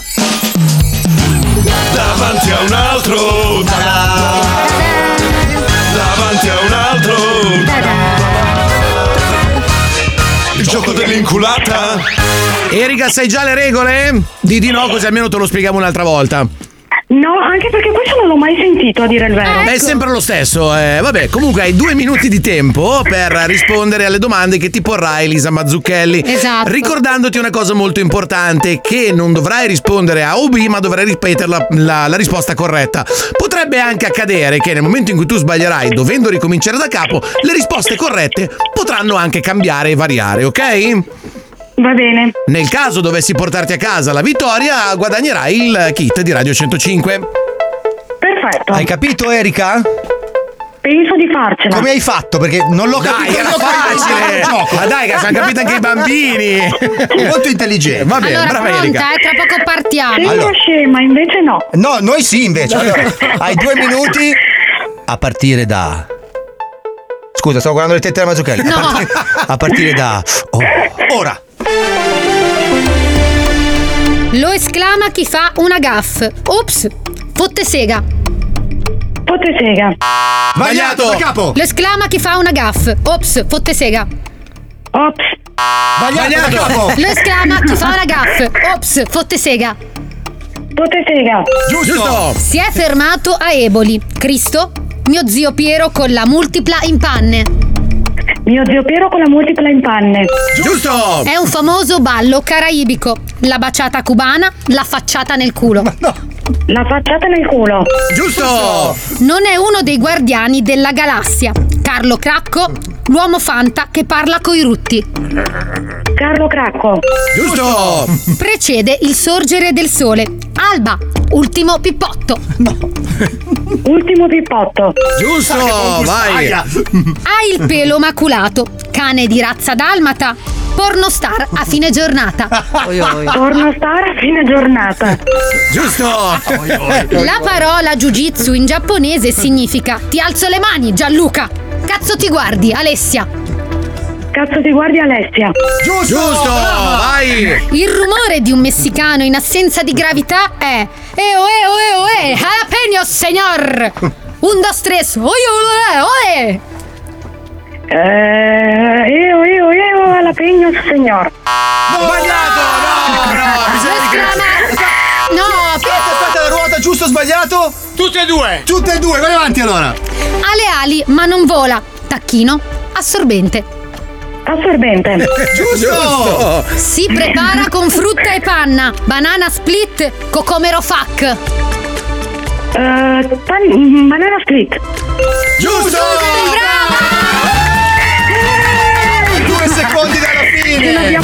S16: Davanti a un altro. Davanti a un altro.
S3: Il gioco dell'inculata. Erika, sai già le regole? Di di no, così almeno te lo spieghiamo un'altra volta.
S7: No, anche perché questo non l'ho mai sentito a dire il vero.
S3: È sempre lo stesso, eh, vabbè, comunque hai due minuti di tempo per rispondere alle domande che ti porrà Elisa Mazzucchelli.
S4: Esatto.
S3: Ricordandoti una cosa molto importante, che non dovrai rispondere A o B, ma dovrai ripetere la, la- la risposta corretta. Potrebbe anche accadere che nel momento in cui tu sbaglierai, dovendo ricominciare da capo, le risposte corrette potranno anche cambiare e variare, ok?
S7: Va bene.
S3: Nel caso dovessi portarti a casa la vittoria, guadagnerai il kit di Radio 105.
S7: Perfetto.
S2: Hai capito, Erika?
S7: Penso di farcela.
S2: Come hai fatto? Perché non l'ho
S3: Dai,
S2: capito.
S3: era
S2: io quando
S3: facile.
S2: giocavo al gioco.
S3: Ma dai, che hanno capito anche i bambini.
S2: Molto intelligente.
S3: Va
S4: allora, pronta, eh, tra poco partiamo.
S7: scema, invece no.
S2: No, noi sì
S3: Eh, cioè,
S2: invece. Allora, hai due minuti a partire da... Scusa, stavo guardando le tette della Mazzucchelli.
S3: [LAUGHS]
S2: A,
S16: No.
S2: partire, a partire da... Oh, ora.
S4: Lo esclama chi fa una gaff. Ops, fotte sega.
S7: Fotte sega.
S2: Sbagliato. Da capo.
S4: Lo esclama chi fa una gaff. Ops, fotte sega.
S7: Ops.
S3: Eh,
S2: Sbagliato. da capo.
S4: Lo esclama chi fa una gaff. Ops, fotte sega.
S7: Fotte sega.
S3: Giusto.
S4: Si è fermato a Eboli. Cristo, mio zio Piero con la multipla in panne.
S7: Mio zio Piero con la multipla in panne.
S3: Giusto.
S4: È un famoso ballo caraibico. La baciata cubana, la facciata nel culo.
S7: La facciata nel culo.
S3: Giusto.
S4: Non è uno dei guardiani della galassia. Carlo Cracco, l'uomo fanta che parla coi rutti.
S7: Carlo Cracco.
S3: Giusto.
S4: Precede il sorgere del sole. Alba, ultimo pippotto.
S7: Ultimo pippotto.
S3: Giusto, vai.
S16: [LAUGHS]
S4: Ha il pelo maculato. Cane di razza dalmata. Pornostar a fine giornata.
S7: Torno a stare a fine giornata.
S3: Giusto.
S4: La parola jiu-jitsu in giapponese significa ti alzo le mani, Gianluca. Cazzo ti guardi, Alessia.
S7: Cazzo ti guardi Alessia.
S3: Giusto. Giusto. Vai.
S4: Il rumore di un messicano in assenza di gravità è Eo, eo, eo, e jalapeno, señor.
S2: [LAUGHS]
S4: Un, dos, tres, oio, ole, ole.
S7: Eh, io, io, io, alla pegno, signor.
S3: Sbagliato.
S4: No,
S2: aspetta, aspetta, la ruota giusto o sbagliato?
S5: Tutte e due.
S2: Tutte e due, vai avanti allora.
S4: Ha le ali ma non vola. Tacchino, assorbente.
S2: Eh,
S7: Assorbente. Eh,
S3: Giusto.
S4: Si prepara con frutta e panna, banana split, cocomero fac.
S7: Eh, pan- banana split.
S3: Giusto.
S2: Due secondi dalla fine.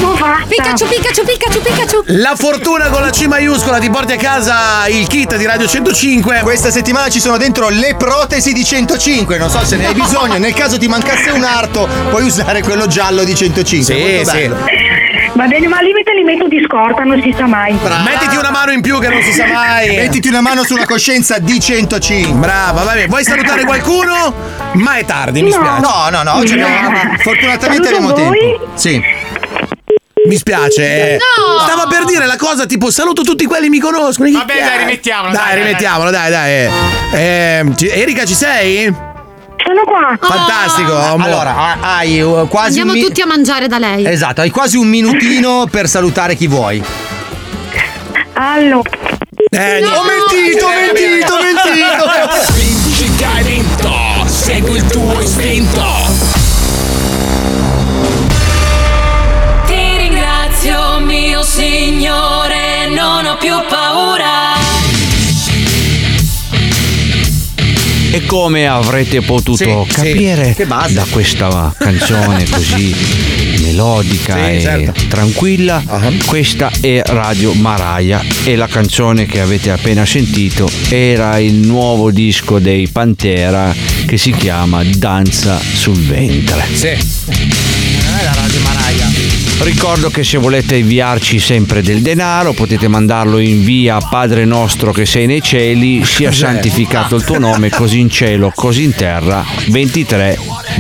S4: Pikachu, Pikachu, Pikachu, Pikachu.
S3: La fortuna con la C maiuscola ti porti a casa il kit di Radio 105.
S2: Questa settimana ci sono dentro le protesi di 105. Non so se ne hai bisogno. Nel caso ti mancasse un arto, puoi usare quello giallo di 105. Molto
S3: sì.
S2: bello.
S7: Va bene, ma al limite li metto di scorta, non si sa mai.
S3: Mettiti una mano in più che non si sa mai.
S2: Mettiti una mano sulla coscienza di 105.
S3: Brava, va bene. Vuoi salutare qualcuno? Ma è tardi, mi
S2: No.
S3: spiace.
S2: No, no, no, oggi [LAUGHS] abbiamo- fortunatamente Saluto abbiamo voi. tempo. Sì.
S3: Mi spiace. eh.
S16: No.
S3: Stava per dire la cosa tipo saluto tutti quelli che mi conoscono.
S16: Vabbè, dai, rimettiamolo,
S3: Dai,
S16: dai, dai,
S3: rimettiamolo, dai, dai. Ehm, ci- Erika, ci sei?
S7: Sono qua.
S3: Fantastico.
S7: Ah.
S3: amore.
S2: Allora, ha- hai eh, quasi
S4: Andiamo
S2: un mi-
S4: tutti a mangiare da lei.
S2: Esatto, hai quasi un minutino per salutare chi vuoi.
S7: Allora.
S3: Eh,
S16: ho mentito, ho mentito, ho [LAUGHS] mentito. Vinci che hai vinto, segui il tuo istinto.
S6: Ti ringrazio mio signore, non ho più paura.
S11: E come avrete potuto
S2: Sì, sì.
S11: capire
S2: Che base.
S11: da questa canzone così melodica
S2: Sì,
S11: e
S2: certo. Ah.
S11: tranquilla, questa è Radio Maraia e la canzone che avete appena sentito era il nuovo disco dei Pantera che si chiama Danza sul ventre.
S3: Sì. Eh,
S2: Non è la radio Maraia.
S11: Ricordo che se volete inviarci sempre del denaro potete mandarlo in via Padre nostro che sei nei cieli, sia
S3: Cos'è?
S11: santificato il tuo nome, così in cielo, così in terra, 23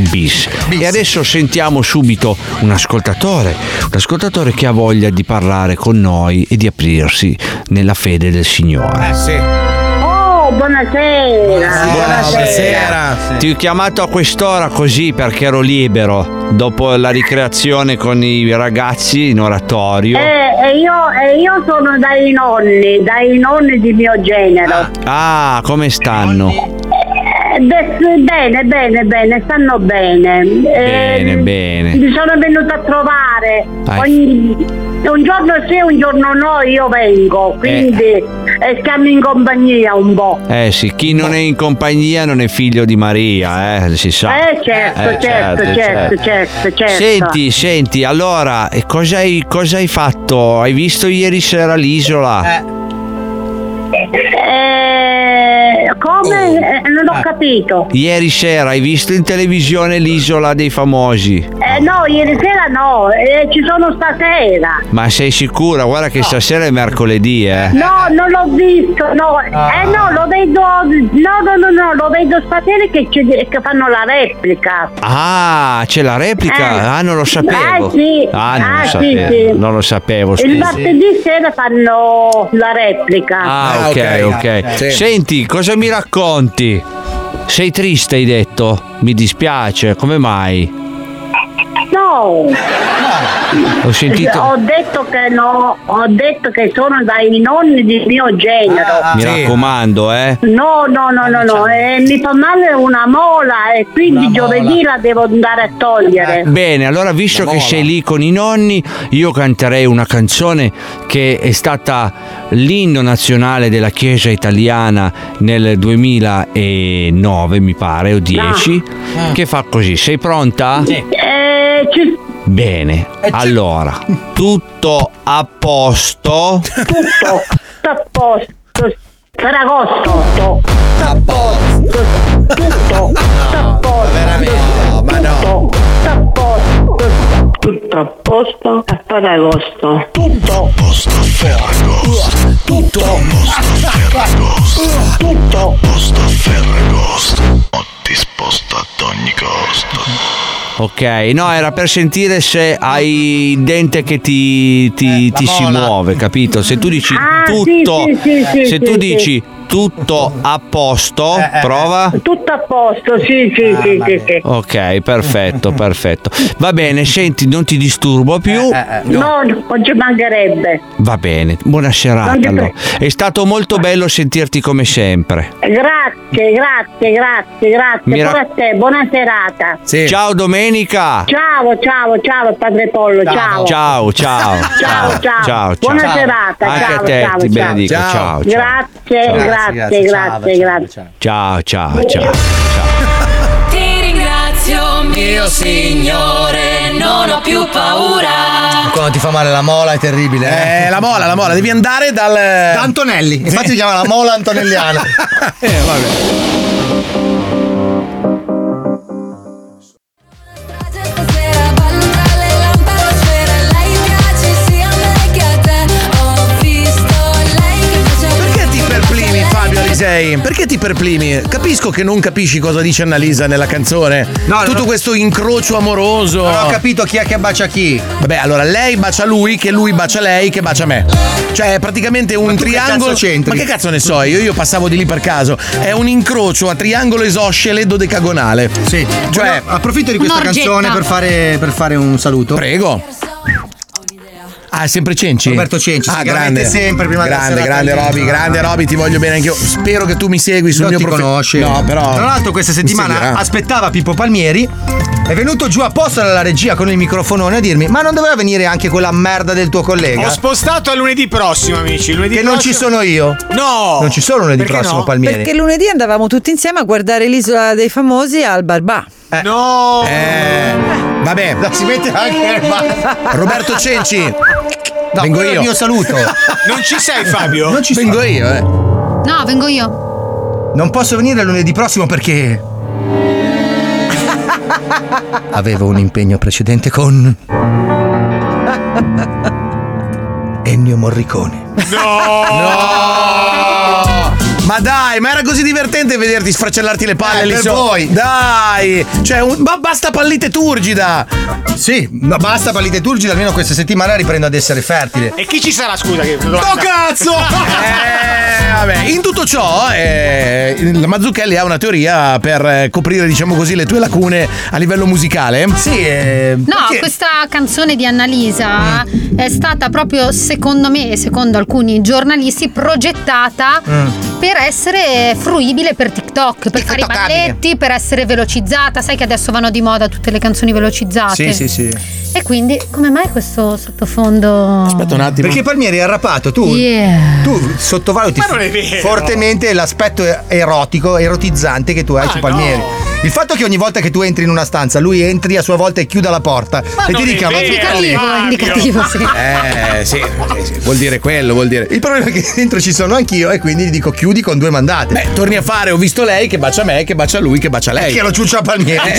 S11: bis. E adesso sentiamo subito un ascoltatore, un ascoltatore che ha voglia di parlare con noi e di aprirsi nella fede del Signore.
S18: Oh, buonasera.
S11: Ti ho chiamato a quest'ora così perché ero libero dopo la ricreazione con i ragazzi in oratorio.
S18: Eh, eh, io, eh, io sono dai nonni, dai nonni di mio genero.
S11: Ah, come stanno?
S18: Eh, beh, bene, bene, bene, stanno bene. Eh,
S11: Bene, bene.
S18: Mi sono venuta a trovare.
S11: Hai-
S18: Ogni- un giorno sì, un giorno no, io vengo. Quindi eh, stiamo in compagnia un po'.
S11: Eh sì, chi non è in compagnia non è figlio di Maria, eh, si sa.
S18: Eh, certo,
S11: Eh,
S18: certo, certo, certo, certo,
S11: Senti, senti, allora, e cosa hai, cosa hai fatto? Hai visto ieri sera l'isola?
S18: Eh, come?
S11: Oh.
S18: Eh, non ho capito.
S11: Ieri sera hai visto in televisione l'isola dei famosi?
S18: Eh, no, ieri sera no, eh, ci sono stasera.
S11: Ma sei sicura? Guarda che stasera è mercoledì, eh.
S18: No, non l'ho visto, no. Eh no, lo vedo. No, no, no, no, lo vedo stasera che, ci- che fanno la replica.
S11: Ah, c'è la replica?
S18: Eh.
S11: Ah, non lo sapevo.
S18: Ah, sì.
S11: Ah, non
S18: Ah,
S11: lo
S18: sì,
S11: sapevo.
S18: sì.
S11: Non lo sapevo.
S18: Il
S11: scusa.
S18: martedì sera fanno la replica.
S11: Ah, ok, ok. Senti, cosa mi racconti? Sei triste, hai detto? Mi dispiace, come mai?
S18: No.
S11: Ho sentito-
S18: Ho detto che no, ho detto che sono dai nonni di mio genero.
S11: mi raccomando, eh.
S18: No, no, no, no, no, eh, mi fa male una mola Eh. e quindi giovedì la devo andare a togliere.
S11: Bene, allora visto che sei lì con i nonni, io canterei una canzone che è stata l'inno nazionale della Chiesa italiana nel 2009, mi pare, o 10, che fa così. Sei pronta? Sì. Eh,
S18: Eh, ci-
S11: Bene, allora, tutto a posto.
S18: tutto tutto a posto per agosto a posto tutto a posto veramente ma no a posto tutto a posto a Ferragosto tutto a posto a Ferragosto tutto a posto a Ferragosto tutto a posto a Ferragosto ho disposto ad ogni costo
S11: Ok, no, era per sentire se hai il dente che ti, ti- ti si muove, capito? Se tu dici
S18: Eh, Ah, sì,
S11: tutto,
S18: sì, sì, sì,
S11: se
S18: sì, Eh,
S11: tu
S18: sì.
S11: dici tutto a posto, prova.
S18: tutto a posto sì sì sì sì, sì.
S11: Ok, perfetto, perfetto. Va bene, senti, non ti disturbo più.
S18: Eh, no non ci mancherebbe
S11: Va bene, buona serata.
S18: Anche per-
S11: allora. È stato molto bello sentirti come sempre.
S18: Grazie, grazie, grazie, grazie.
S11: Mi ra-
S18: Pure a te, buona serata.
S11: Ciao Domenica.
S18: Ciao, ciao, ciao Padre Pollo, ciao.
S11: Ciao, ciao.
S18: Ciao, ciao.
S11: ciao.
S18: Buona serata,
S11: Anche
S18: ciao,
S11: a te,
S18: ciao,
S11: ti
S18: ciao.
S11: benedico. Ciao, ciao.
S18: Grazie,
S11: Ciao.
S18: grazie, grazie, grazie.
S11: Ciao, ciao, ciao.
S6: Ti ringrazio, mio Signore, non ho più paura.
S2: Quando ti fa male la mola è terribile.
S3: Eh, la mola, la mola, devi andare dal. eh, Da
S2: Antonelli. Infatti si chiama la mola
S3: [LAUGHS]
S2: antonelliana.
S24: Eh,
S3: Perché ti perplimi, Fabio Alisei? Perché ti perplimi? Capisco che non capisci cosa dice Annalisa nella canzone. Tutto questo incrocio amoroso. Non ho
S2: capito chi è che bacia chi.
S3: Vabbè, allora lei bacia lui, che lui bacia lei, che bacia me. Cioè, è praticamente un
S2: che
S3: triangolo.
S2: cazzo c'entri?
S3: Ma che cazzo ne so io? Io passavo di lì per caso. È un incrocio a triangolo isoscele dodecagonale. Sì. Cioè,
S2: approfitto di questa Un'orgetta. canzone per fare- per fare un saluto.
S3: Prego. Ah, è sempre Cenci?
S2: Roberto Cenci,
S3: ah,
S2: sicuramente
S3: grande.
S2: sempre prima della
S3: grande,
S2: serata
S3: grande
S2: di-
S3: Roby, grande Roby, ti voglio bene anch'io. Spero che tu mi segui sul
S2: non
S3: mio
S2: ti
S3: profilo.
S2: conosce.
S3: No, però.
S2: Tra l'altro, questa
S3: mi ah.
S2: settimana
S3: seguirà.
S2: aspettava Pippo Palmieri. È venuto giù apposta dalla regia con il microfonone a dirmi: Ma non doveva venire anche quella merda del tuo collega?
S16: Ho spostato a lunedì prossimo, amici. Lunedì
S2: che non ci sono io.
S16: No!
S2: Non ci sono lunedì
S16: Perché
S2: prossimo,
S16: no?
S2: Palmieri.
S8: Perché lunedì andavamo tutti insieme a guardare l'isola dei famosi al Barbà.
S3: Eh,
S16: No!
S2: Eh.
S3: Vabbè,
S2: si mette anche
S4: [LAUGHS]
S16: [LAUGHS]
S3: Roberto Cenci. Vengo
S2: quello è il
S3: io.
S2: mio [LAUGHS] saluto.
S16: Non ci sei, Fabio?
S2: Non ci
S3: Vengo io, eh.
S4: No, vengo
S2: [LAUGHS]
S4: io.
S2: Non posso venire lunedì prossimo perché.
S16: [LAUGHS]
S2: Avevo un impegno precedente con. Ennio Morricone. [LAUGHS]
S3: Ma dai, ma era così divertente vederti sfracellarti le palle
S2: Eh,
S3: lì
S2: per
S3: sopra.
S2: voi.
S3: Dai, cioè, un- ma basta pallite turgida.
S2: Sì, ma basta pallite turgida, almeno questa settimana riprendo ad essere fertile.
S24: E chi ci sarà, scusa? Che...
S3: Oh cazzo!
S16: [LAUGHS]
S3: Eh, vabbè, in tutto ciò, eh, la Mazzucchelli ha una teoria per eh, coprire, diciamo così, le tue lacune a livello musicale.
S2: Sì, eh,
S4: No, questa canzone di Annalisa
S2: Mm.
S4: è stata proprio, secondo me e secondo alcuni giornalisti, progettata
S2: Mm.
S4: per essere fruibile per TikTok, per fare i balletti, per essere velocizzata. Sai che adesso vanno di moda tutte le canzoni velocizzate.
S2: sì.
S4: E quindi, come mai questo sottofondo? Aspetta
S2: Perché Palmieri è arrapato, tu,
S4: Yeah.
S2: tu sottovaluti
S4: Ma non è vero.
S2: fortemente l'aspetto erotico, erotizzante che tu hai su Palmieri. Il fatto che ogni volta che tu entri in una stanza, lui entri a sua volta e chiuda la porta e ti
S3: non è
S2: dica:
S3: vero,
S4: Indicativo,
S2: Fabio."
S4: indicativo, sì.
S2: [LAUGHS]
S3: Eh, sì, sì, sì, vuol dire quello, vuol dire.
S2: Il problema è che dentro ci sono anch'io e quindi gli dico chiudi con due mandate.
S3: Beh, torni a fare, ho visto lei che bacia me, che bacia lui, che bacia lei. Eh.
S2: Che lo ciuccia a Palmieri.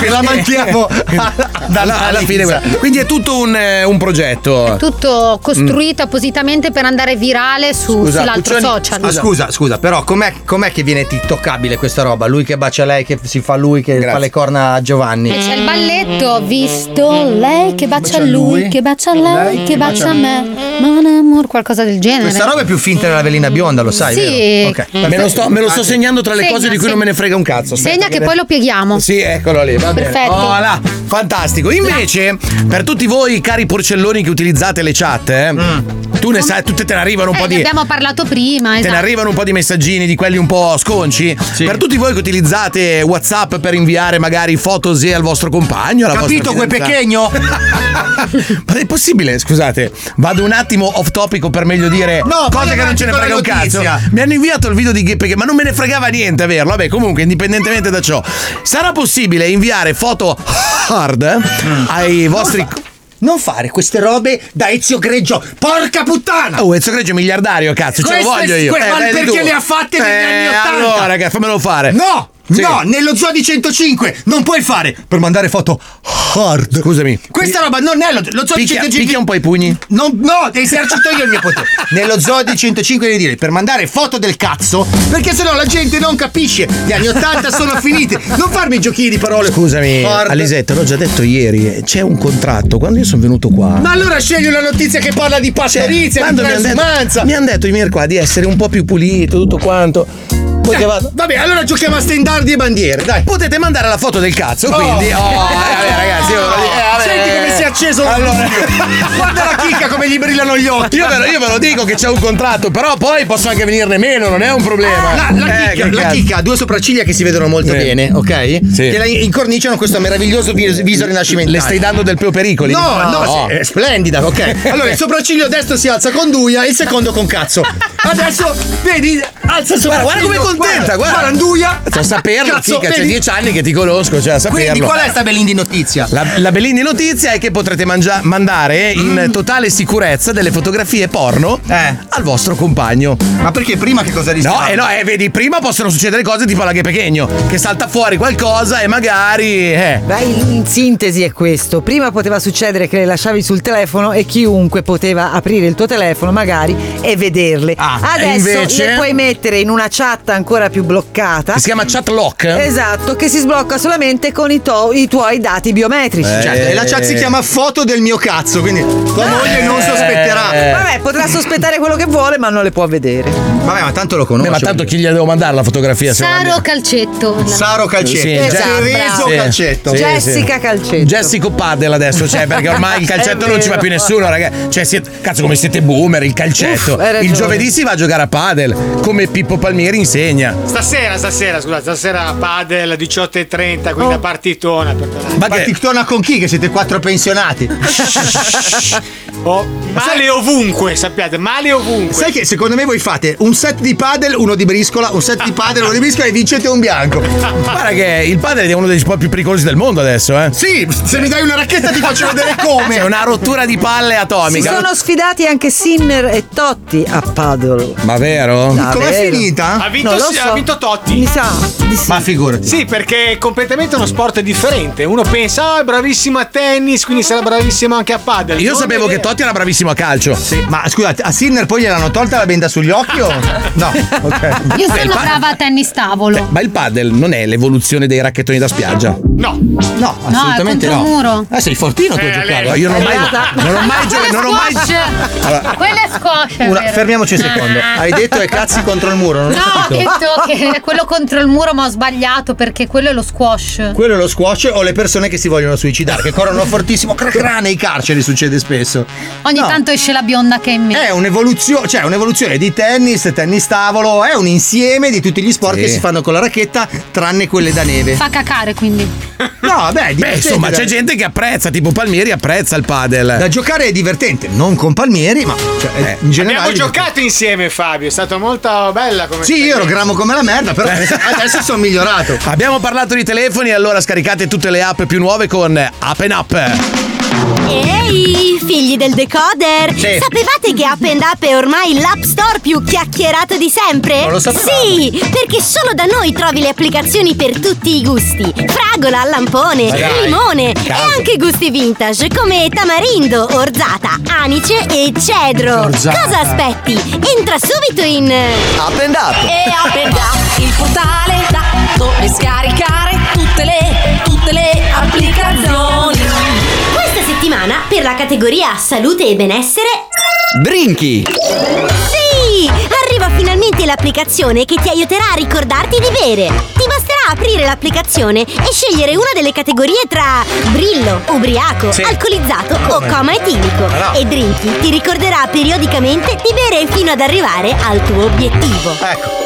S2: Che la manchiamo
S3: [LAUGHS] alla, alla fine. guarda. Quindi è tutto un, eh, un progetto.
S4: Tutto
S2: Mm.
S4: costruito appositamente per andare virale su, sull'altro social.
S2: Ah, scusa, scusa, però com'è, com'è che viene tiktokabile questa roba? Lui che bacia lei, che si fa lui, che fa le corna a Giovanni.
S4: E c'è il balletto, visto lei che bacia, lui, che bacia lei, che bacia, me. Mon amour, qualcosa del genere.
S2: Questa roba è più finta della velina bionda, lo sai,
S4: Sì.
S2: vero? Ok,
S3: Me lo, sto, me lo sto segnando tra le
S4: Segna,
S3: cose di cui non me
S4: segna.
S3: ne frega un cazzo. aspetta
S4: Segna che
S3: ne-
S4: poi lo pieghiamo.
S3: Sì, eccolo lì. Va bene. Oh,
S4: Perfetto.
S3: Voilà, fantastico. Invece, per tutti voi, cari porcelloni che utilizzate le chat, eh,
S2: Mm.
S3: tu ne sai, tutte te ne arrivano un
S4: Eh,
S3: po'
S4: ne
S3: di.
S4: abbiamo parlato prima,
S3: Te
S4: esatto.
S3: ne arrivano un po' di messaggini di quelli un po' sconci. Per tutti voi che utilizzate WhatsApp per inviare magari foto se al vostro compagno, alla
S2: Capito,
S3: vostra
S2: quel
S3: fidanzata.
S2: pechegno?
S3: [LAUGHS] Ma è possibile? Scusate, vado un attimo off topic o per meglio dire
S2: No, vai
S3: cose che non
S2: avanti
S3: ce ne
S2: con
S3: frega
S2: la
S3: un cazzo.
S2: notizia.
S3: Mi hanno inviato il video di Ghe perché ma non me ne fregava niente, è vero? Vabbè, comunque, indipendentemente da ciò, sarà possibile inviare foto hard
S2: Mm.
S3: ai
S2: [LAUGHS]
S3: vostri
S2: non fare queste robe da Ezio Greggio, porca puttana!
S3: Oh, Ezio Greggio è miliardario, cazzo, ce lo
S2: Questo è-
S3: voglio io.
S2: que- ma
S3: dai,
S2: perché
S3: tu.
S2: le ha fatte negli
S3: Eh,
S2: anni 80?
S3: Allora, ragazzi, fammelo fare.
S2: No!
S3: Sì.
S2: No, nello zoo di 105 non puoi fare per mandare foto hard.
S3: Scusami.
S2: [LAUGHS] Questa roba non è lo, lo zoo
S3: Picchia-
S2: di 105.
S3: picchia un po' i pugni.
S2: Non, no, esercito io il mio potere. [LAUGHS] Nello zoo di 105 devi dire per mandare foto del cazzo, perché sennò la gente non capisce. Gli anni 80 sono finiti. Non farmi giochini di parole.
S3: Scusami,
S2: Hard.
S3: Alisetta, l'ho già detto ieri, eh, c'è un contratto. Quando io sono venuto qua. Cioè,
S2: Ma allora scegli una notizia che parla di pastorizia, di
S3: Quando mi hanno detto-
S2: transumanza.
S3: mi hanno detto i miei qua di essere un po' più pulito, tutto quanto. Poi che vado-
S2: Eh, Vabbè, allora giochiamo a stendardi e bandiere, dai.
S3: Potete mandare la foto del cazzo, quindi. Oh, eh, vabbè, ragazzi, io- eh, vabbè.
S2: Senti come si è acceso
S3: Allora-
S2: Guarda la chicca come gli brillano gli occhi.
S3: Io ve, lo, io ve lo dico che c'è un contratto, però poi posso anche venirne meno, non è un problema.
S2: La, la,
S3: Eh,
S2: chicca,
S3: che
S2: la
S3: cazzo.
S2: chicca ha due sopracciglia che si vedono molto
S3: Sì.
S2: bene, ok?
S3: Eh. Sì.
S2: Che la incorniciano questo meraviglioso vis- viso rinascimentale.
S3: Le stai dando del peo pericoli?
S2: No, no, sì, è splendida, ok. Allora il sopracciglio destro si alza con duia, il secondo con cazzo. Adesso vedi, alza il
S3: Guarda,
S2: sopracciglio.
S3: guarda come è contenta, guarda.
S2: guarda duia.
S3: Cioè, saperlo,
S2: Ah, Cazzo,
S3: figa, c'è
S2: vedi?
S3: dieci anni che ti conosco, cioè, saperlo.
S2: Quindi qual è sta Belindi notizia?
S3: La, la Bellini notizia è che potrete mangia- mandare in
S2: Mm.
S3: totale sicurezza delle fotografie porno
S2: Eh.
S3: al vostro compagno.
S2: Ma perché prima che cosa rischiamo?
S3: No, eh no, eh, vedi, prima possono succedere cose tipo la Ghepechegno, che salta fuori qualcosa e magari. Eh.
S20: Beh, in in sintesi è questo. Prima poteva succedere che le lasciavi sul telefono e chiunque poteva aprire il tuo telefono magari e vederle. Adesso
S3: Ah, invece-
S20: le puoi mettere in una chat ancora più bloccata.
S3: Si chiama chat lock?
S20: Esatto, che si sblocca solamente con i, to- i tuoi dati biometrici.
S2: Certo, e la chat si chiama foto del mio cazzo, quindi tua
S20: Ah. [LAUGHS]
S2: moglie non
S3: Eh.
S2: sospetterà.
S20: Vabbè, potrà sospettare quello che vuole, ma non le può vedere.
S2: Vabbè, ma tanto lo conosco.
S3: Beh, ma tanto chi gli devo mandare la fotografia? se non la
S4: Saro Calcetto.
S2: Saro Calcetto.
S3: Sì,
S20: Esatto,
S2: Tereso
S20: bravo.
S2: Calcetto.
S20: Jessica Calcetto.
S3: Jessico Paddle adesso, cioè, perché
S2: [LAUGHS]
S3: ormai il calcetto
S20: È
S3: non ci va
S20: vero.
S3: più nessuno, ragazzi. Cioè, siete- cazzo, come siete boomer, il calcetto.
S20: Uff, hai ragione.
S3: il giovedì si va a giocare a padel, come Pippo Palmieri insegna.
S24: Stasera, stasera, scusa, stasera padel 18.30,
S16: Oh.
S24: quindi la partitona. per-
S2: Ma partitona con chi? Che siete quattro pensionati.
S24: Ho male Oh, ovunque, sappiate, male ovunque.
S2: Sai che secondo me voi fate un set di padel, uno di briscola, un set di padel, uno di briscola e vincete un bianco.
S24: Ah,
S3: Guarda che il padre è uno dei sport più pericolosi del mondo adesso, eh.
S2: Sì, se mi dai una racchetta ti faccio vedere come.
S3: C'è una rottura di palle
S20: Si
S3: atomica.
S20: sono sfidati anche Sinner e Totti a Padova.
S3: Ma vero?
S24: Ha vinto,
S20: Non lo
S24: sì,
S20: so.
S24: ha vinto Totti.
S20: Mi sa.
S2: Ma figurati.
S24: Sì, perché è completamente uno sport differente. Uno pensa, oh, è bravissimo a tennis, quindi sarà bravissimo anche a padel.
S3: Io sapevo che Totti era bravissimo a calcio.
S2: Sì, ma scusate, a Sinner poi gliel'hanno tolta la benda sugli occhi o? No, ok.
S4: Io sono brava a tennis tavolo.
S3: Ma il padel non è l'evoluzione dei racchettoni da spiaggia.
S24: No.
S2: No,
S4: assolutamente no. muro.
S2: Eh, sei fortino
S3: tu a giocare. Io non ho mai. Non ho
S24: [LAUGHS]
S3: mai giocato. Non ho mai.
S2: Allora-
S4: Quella è squash. è
S2: Una-
S4: vero.
S2: fermiamoci un secondo.
S4: Ah.
S2: Hai detto è cazzi contro il muro, non
S4: No,
S2: ho [LAUGHS]
S4: ho
S2: capito.
S4: detto che è quello contro il muro, ma ho sbagliato perché quello è lo squash.
S2: Quello è lo squash o le persone che si vogliono suicidare, che corrono fortissimo, cracra nei carceri succede spesso.
S4: Ogni tanto esce la bionda che è in me.
S2: È un'evoluzione, cioè un'evoluzione di tennis, tennis tavolo, è un insieme di tutti gli sport
S3: Sì.
S2: che si fanno con la racchetta, tranne quelle da neve.
S4: Fa cacare quindi.
S2: No, vabbè,
S3: Beh, insomma, c'è
S2: gente
S3: gente che apprezza, tipo Palmieri apprezza il padel. Eh.
S2: Da giocare è divertente, non con palmieri, ma cioè, è- in generale.
S24: Abbiamo giocato insieme, Fabio. È stata molto bella come
S2: Sì, io ero gramo come la merda, però [LAUGHS] adesso sono migliorato.
S3: Eh. Abbiamo parlato di telefoni, allora scaricate tutte le app più nuove con Up and Up.
S12: Ehi, figli del decoder!
S3: Sì.
S12: Sapevate che Up and Up è ormai l'app store più chiacchierato di sempre?
S17: Non lo sapevamo.
S12: Sì, perché solo da noi trovi le applicazioni per tutti i gusti: fragola,
S17: Ma
S12: lampone,
S17: dai,
S12: limone
S17: cavolo.
S12: e anche gusti vintage come tamarindo, orzata, anice e cedro.
S17: Orzata.
S12: Cosa aspetti? Entra subito in Up and Up!
S17: E Open Up, il portale da dove scaricare tutte le, tutte le applicazioni.
S12: Questa settimana, per la categoria salute e benessere,
S17: Drinky.
S12: Sì! Arriva finalmente l'applicazione che ti aiuterà a ricordarti di bere. Ti basterà aprire l'applicazione e scegliere una delle categorie tra brillo, ubriaco, alcolizzato
S17: Come?
S12: o coma etilico.
S17: Ma no.
S12: E Drinky ti ricorderà periodicamente di bere fino ad arrivare al tuo obiettivo.
S2: Ecco,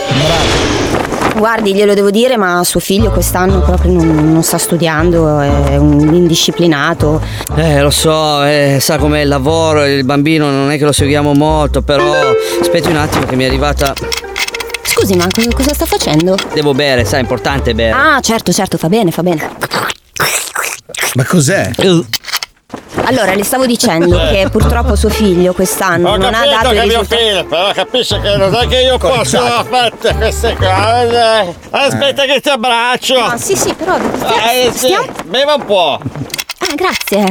S17: Guardi, glielo devo dire, ma suo figlio quest'anno proprio non, non sta studiando, è un indisciplinato.
S14: Eh, lo so, eh, sa com'è il lavoro, il bambino non è che lo seguiamo molto, però aspetti un attimo che mi è arrivata.
S17: Scusi, ma co- cosa sta facendo?
S14: Devo bere, sai, è importante bere.
S17: Ah, certo, certo, fa bene, fa bene.
S3: Ma cos'è?
S17: Allora, le stavo
S14: [LAUGHS]
S17: dicendo
S14: Eh.
S17: che purtroppo suo figlio quest'anno
S14: Ho
S17: non ha
S14: capito
S17: dato i
S14: che mio
S17: risultati.
S14: figlio, però capisce che non è che io posso
S17: Conciato.
S14: fare queste cose. Aspetta che ti abbraccio.
S17: Ah, Eh. sì, sì, però.
S14: Eh, sì, Beva un po'.
S17: Ah, grazie.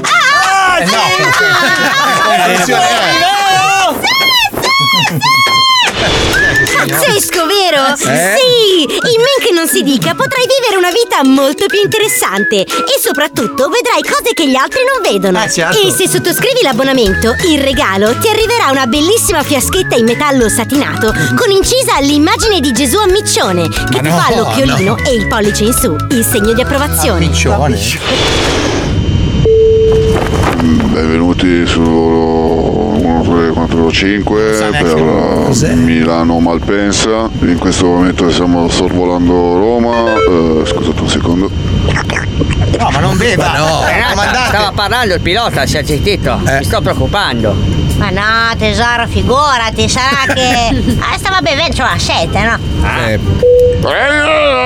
S14: Eh,
S16: Eh.
S24: Eh,
S12: Pazzesco, vero?
S17: Eh?
S12: Sì! In men che non si dica potrai vivere una vita molto più interessante e soprattutto vedrai cose che gli altri non vedono.
S17: certo.
S12: E se sottoscrivi l'abbonamento, in regalo ti arriverà una bellissima fiaschetta in metallo satinato con incisa l'immagine di Gesù a miccione che
S17: Ma
S12: ti
S17: no,
S12: fa l'occhiolino
S17: no.
S12: e il pollice in su, il segno di approvazione.
S25: Mm, Benvenuti sul volo 1345 per uh, Milano Malpensa. In questo momento stiamo sorvolando Roma. Eh, scusate un secondo.
S2: No, ma non beva.
S14: no,
S2: raccomandate.
S14: stava parlando il pilota, si è sentito. Mi sto preoccupando.
S12: Ma no, tesoro, figurati, sarà che. Stava bevendo, c'ho la sete, no?
S25: Eh,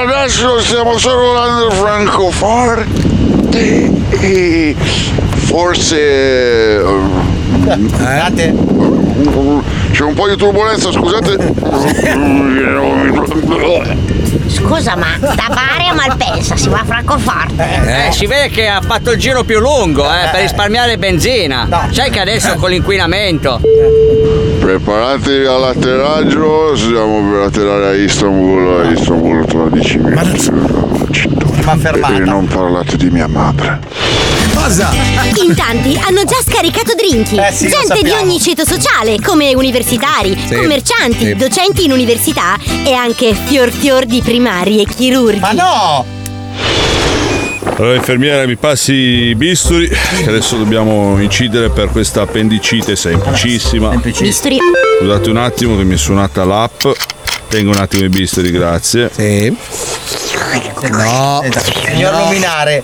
S25: adesso stiamo sorvolando Francoforte. E forse. eh, C'è un po' di turbolenza,
S12: [LAUGHS]
S25: scusate.
S12: Scusa, ma da Bari a Malpensa si va a Francoforte.
S14: Eh, si vede che ha fatto il giro più lungo, eh, per risparmiare benzina. Sai che adesso con l'inquinamento.
S25: Preparati all'atterraggio, siamo per atterrare a Istanbul, a Istanbul tra 10 minuti. Ma fermata. E non parlate di mia madre. Eh,
S2: Cosa?
S12: In tanti hanno già scaricato Drinky.
S25: sì, lo
S12: Gente di
S25: sappiamo.
S12: ogni ceto sociale, come universitari,
S25: Sì.
S12: commercianti,
S25: Sì.
S12: docenti in università e anche fior fior di primari e chirurghi. Ma no!
S26: Allora, infermiera, mi passi i bisturi, che adesso dobbiamo incidere per questa appendicite semplicissima.
S12: Bisturi.
S26: Scusate un attimo che mi è suonata l'app. Tengo un attimo i bisturi, grazie.
S3: Sì.
S2: No. Signor Luminare.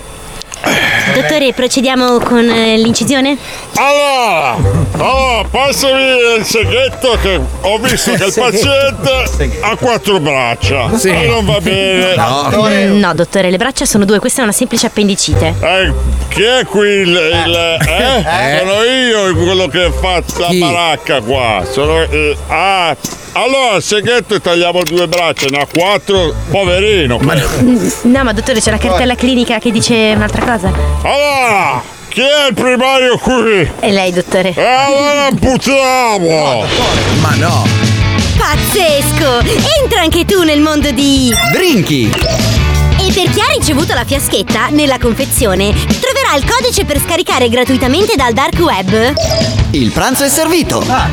S12: Dottore, procediamo con eh, l'incisione?
S17: Allora, oh, passami il seghetto che ho visto che il paziente ha quattro braccia.
S12: Sì.
S17: E non va bene.
S12: Mm, No, dottore, le braccia sono due, questa è una semplice appendicite.
S17: Eh, chi è qui il... il- eh?
S12: Eh.
S17: Sono io quello che fa la baracca qua. Sono... eh, ah, allora, il seghetto tagliamo due braccia, ne ha quattro. Poverino. quello.
S12: Mm, No, ma dottore, c'è la cartella clinica che dice un'altra cosa.
S17: Allora, chi è il primario qui?
S12: E lei, dottore.
S17: E allora imputiamo!
S3: Ma no!
S12: Pazzesco! Entra anche tu nel mondo di...
S11: Drinky!
S12: E per chi ha ricevuto la fiaschetta, nella confezione, troverà il codice per scaricare gratuitamente dal dark web.
S11: Il pranzo è servito!
S12: Ah.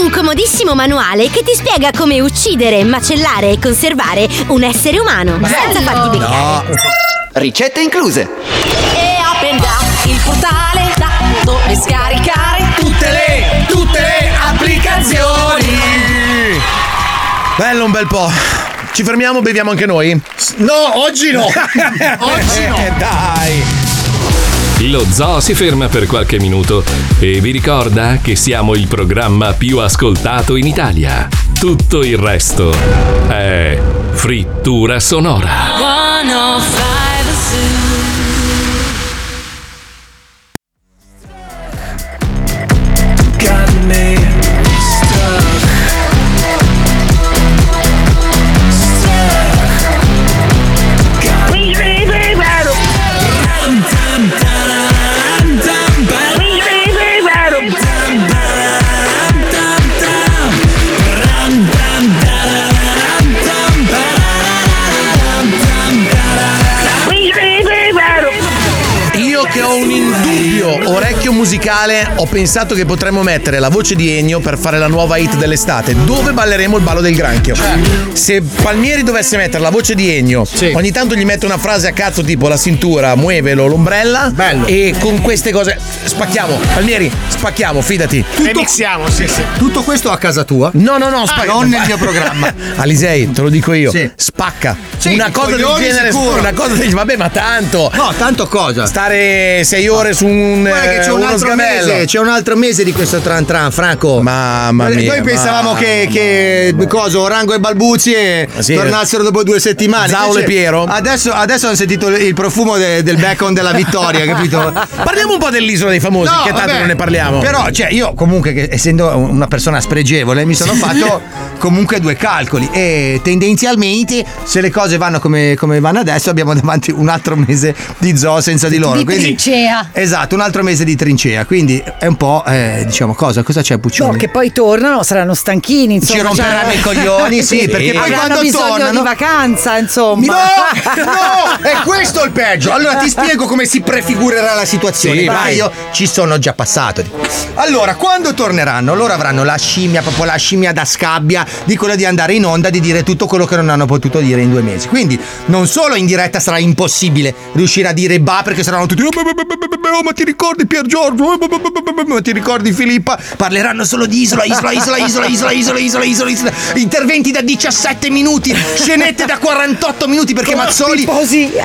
S12: Un comodissimo manuale che ti spiega come uccidere, macellare e conservare un essere umano senza farti beccare.
S11: No! Ricette incluse!
S6: E open up il portale da dove scaricare tutte le, tutte le
S11: [LAUGHS]
S6: applicazioni.
S3: Bello un bel po'. Ci fermiamo, beviamo anche noi? Eh.
S27: No, oggi
S3: [LAUGHS]
S27: no.
S11: Eh,
S3: oggi no. dai.
S1: Lo zoo si ferma per qualche minuto e vi ricorda che siamo il programma più ascoltato in Italia. Tutto il resto è frittura sonora.
S6: 105
S16: Got me stuck.
S3: Io che ho un indubbio orecchio musicale, ho pensato che potremmo mettere la voce di Ennio per fare la nuova hit dell'estate, dove balleremo il ballo del granchio. Se Palmieri dovesse mettere la voce di Ennio, ogni tanto gli mette una frase a cazzo tipo la cintura, muovelo, l'ombrella, e con queste cose spacchiamo. Palmieri, spacchiamo, fidati.
S28: E mixiamo, sì, sì.
S3: Tutto questo a casa tua? No, no, no, spacca.
S28: non
S3: [LAUGHS]
S28: nel mio programma.
S3: Alisei, te lo dico io.
S2: Sì.
S3: Spacca.
S2: Sì,
S3: una cosa del
S2: coglioni
S3: genere,
S2: sicuro.
S3: una cosa del vabbè, ma tanto.
S2: No, tanto cosa?
S3: Stare sei ore su un
S2: Guarda che c'è un
S3: Eh, uno
S2: altro
S3: sgabello.
S2: mese, c'è un altro mese di questo tran tran, Franco.
S3: Mamma
S2: Noi-
S3: mia,
S2: Noi pensavamo
S3: mamma
S2: che, che cosa, Orango e Balbuzie
S3: Sì.
S2: tornassero dopo due settimane.
S3: Zao
S2: Invece
S3: e Piero.
S2: Adesso, adesso hanno sentito il il profumo de- del bacon della vittoria,
S3: [LAUGHS]
S2: capito?
S3: Parliamo un po' dell'isola dei famosi,
S2: No,
S3: che tanto
S2: vabbè,
S3: non ne parliamo.
S2: Però, cioè, io comunque, che- essendo una persona spregevole, mi sono fatto comunque due calcoli. E tendenzialmente, se le cose vanno come, come vanno adesso, abbiamo davanti un altro mese di zoo senza di loro.
S29: Di
S2: Quindi-
S29: trincea.
S2: Esatto, un altro mese di trincea. Quindi è un po', eh, diciamo, cosa, cosa c'è Puccioni?
S8: No, che poi tornano, saranno stanchini, insomma.
S2: Ci romperanno
S8: già-
S2: i coglioni,
S8: [LAUGHS]
S2: sì, perché poi
S8: Avranno
S2: quando
S8: bisogno
S2: tornano-
S8: di vacanza, insomma. [LAUGHS]
S2: No, no, è questo il peggio. Allora ti spiego come si prefigurerà la situazione. Sì, perché vai. Io ci sono già passato. Allora, quando torneranno, loro avranno la scimmia, proprio la scimmia da scabbia di quella di andare in onda, di dire tutto quello che non hanno potuto dire in due mesi. Quindi, non solo in diretta sarà impossibile riuscire a dire ba perché saranno tutti. "Oh, ma ti ricordi Pier Giorgio? Oh, Ma ti ricordi Filippa? Parleranno solo di isola, isola, isola, isola, isola, isola, isola, isola, isola. Interventi da 17 minuti, scenette da 48 minuti perché Mazzoli.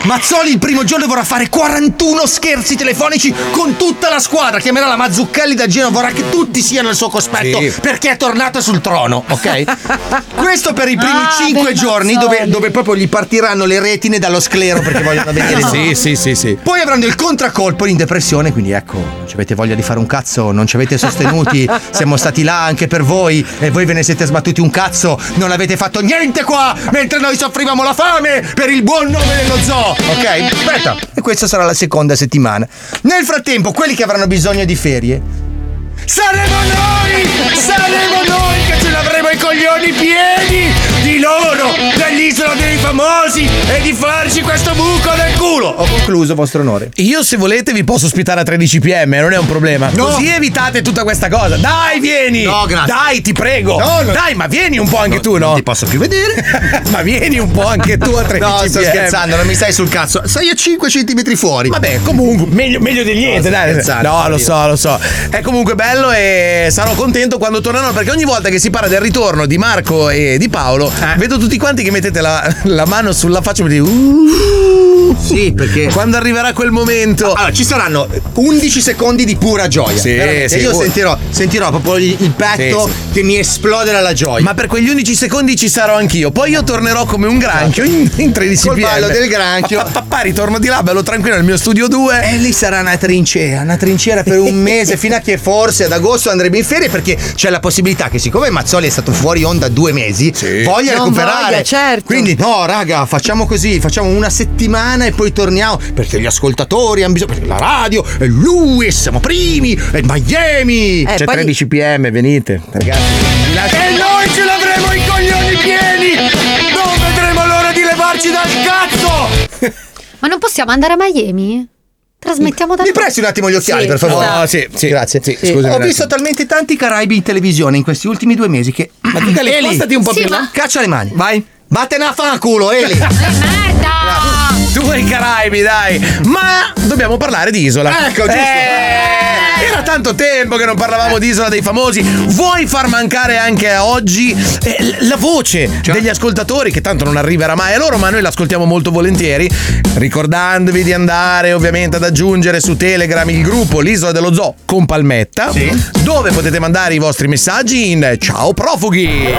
S2: Mazzoli il primo giorno vorrà fare 41 scherzi telefonici con tutta la squadra. Chiamerà la Mazzucchelli da Genova, vorrà che tutti siano al suo cospetto Sì. perché è tornato sul trono, ok? Questo per i primi Ah, 5 bel giorni Mazzoli. dove, dove proprio gli partiranno le retine dallo sclero perché vogliono venire.
S3: Sì, sì, sì, sì.
S2: Poi avranno il contraccolpo in depressione, quindi ecco, non ci avete voglia di fare un cazzo, non ci avete sostenuti, siamo stati là anche per voi e voi ve ne siete sbattuti un cazzo, non avete fatto niente qua, mentre noi soffrivamo la fame per il buon nome dello zoo. Ok, aspetta, e questa sarà la seconda settimana. Nel frattempo, quelli che avranno bisogno di ferie,
S16: Saremo noi! Saremo noi che ce l'avremo i coglioni pieni di loro, dell'isola dei famosi e di farci questo buco nel culo!
S2: ho concluso, vostro onore.
S3: Io se volete vi posso ospitare a 13 pm, eh, non è un problema.
S2: No.
S3: Così evitate tutta questa cosa. Dai, vieni!
S2: No, grazie.
S3: Dai, ti prego!
S2: No, no.
S3: Dai, ma vieni un po' anche tu, no? Non ti
S2: posso più vedere.
S3: [LAUGHS] ma vieni un po' anche
S2: [LAUGHS]
S3: tu a 13 pm.
S2: No, sto scherzando, non mi stai sul cazzo. Sei a 5 centimetri fuori.
S3: Vabbè, comunque, meglio, meglio di niente,
S2: No, sto
S3: dai.
S2: scherzando,
S3: No,
S2: per
S3: lo
S2: Dio.
S3: so, lo so. È comunque bello e sarò contento quando torneranno perché
S2: Eh.
S3: ogni volta che si parla del ritorno di Marco e di Paolo, vedo tutti quanti che mettete la, la mano sulla faccia mi dico. "Uh".
S2: Sì, perché.
S3: Quando arriverà quel momento.
S2: Allora, ci saranno 11 secondi di pura gioia.
S3: Sì,
S2: veramente.
S3: sì,
S2: io
S3: pure.
S2: sentirò, sentirà proprio il, il petto
S3: Sì,
S2: che mi esploderà la gioia.
S3: Ma per quegli 11 secondi ci sarò anch'io. Poi io tornerò come un granchio in, in 13
S2: Col
S3: pm.
S2: ballo del granchio.
S3: Pa- pa- pa- ritorno di là, bello tranquillo nel mio studio 2.
S2: E lì sarà una trincea, una trincea per un mese, fino a che forse ad agosto andrebbe in ferie, perché c'è la possibilità che, siccome Mazzoli è stato fuori onda due mesi, voglia
S30: Non
S2: recuperare.
S30: voglia, certo.
S2: Quindi, no, raga, facciamo così: facciamo una settimana e poi torniamo. Perché gli ascoltatori hanno bisogno. Perché la radio è lui, siamo primi, è Miami. Eh,
S3: C'è
S2: poi-
S3: 13 pm, venite. Ragazzi.
S31: E noi ce l'avremo i coglioni pieni! Non vedremo l'ora di levarci dal cazzo!
S4: Ma non possiamo andare a Miami? Trasmettiamo da
S2: Mi presti un attimo gli occhiali,
S4: Sì,
S2: per favore?
S3: esatto. Oh,
S4: no,
S2: sì, esatto. grazie. Sì. Ho Ho visto visto talmente tanti Caraibi in televisione in questi ultimi due mesi che. Ma tu Eli, spostati un po' Sì, più in là. ma- Caccia le mani. Vai. Vattene a fanculo, Eli.
S3: Tu e i Caraibi, dai! Ma dobbiamo parlare di isola.
S2: Ecco, giusto.
S3: Eh, era tanto tempo che non parlavamo di isola dei famosi. Vuoi far mancare anche a oggi eh, l- la voce degli ascoltatori, che tanto non arriverà mai a loro, ma noi l'ascoltiamo molto volentieri. Ricordandovi di andare ovviamente ad aggiungere su Telegram il gruppo L'isola dello zoo con Palmetta, dove potete mandare i vostri messaggi in Ciao profughi!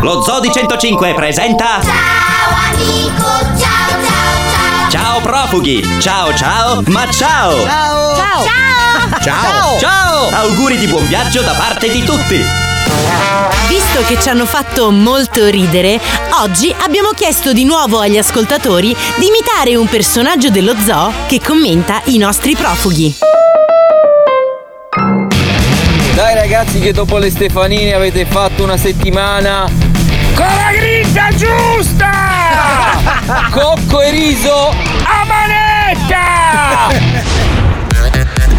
S14: Lo Zoo di 105 presenta. Ciao profughi! Ciao ciao, ma ciao!
S31: Ciao! Ciao!
S14: Ciao! Ciao! Auguri di buon viaggio da parte di tutti!
S12: Visto che ci hanno fatto molto ridere, oggi abbiamo chiesto di nuovo agli ascoltatori di imitare un personaggio dello zoo che commenta i nostri profughi.
S25: Dai ragazzi che dopo le Stefanine avete fatto una settimana
S31: Con la grinta giusta!
S25: [LAUGHS] Cocco e riso
S31: A manetta!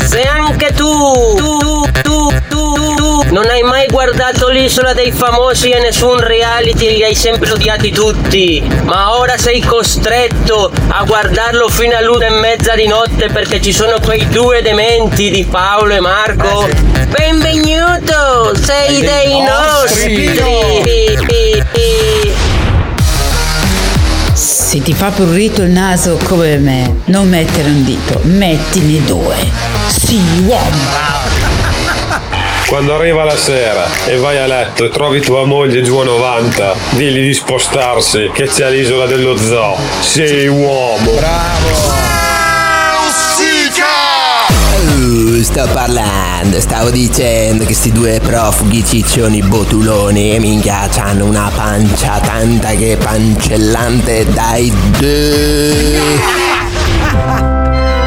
S21: Se anche tu, tu, tu, tu, tu, non hai mai guardato l'isola dei famosi e nessun reality, li hai sempre odiati tutti. Ma ora sei costretto a guardarlo fino all'una e mezza di notte perché ci sono quei due dementi di Paolo e Marco.
S32: Eh,
S21: Benvenuto, sei dei nostri.
S18: Se ti fa prurito il naso come me, non mettere un dito, mettine due. Sì, uomo.
S22: Quando arriva la sera e vai a letto e trovi tua moglie giù a 90, digli di spostarsi che c'è l'isola dello zoo. Sei uomo.
S33: Uh, sto parlando, stavo dicendo che sti due profughi ciccioni botuloni e minchia c'hanno una pancia tanta che è pancellante dai due.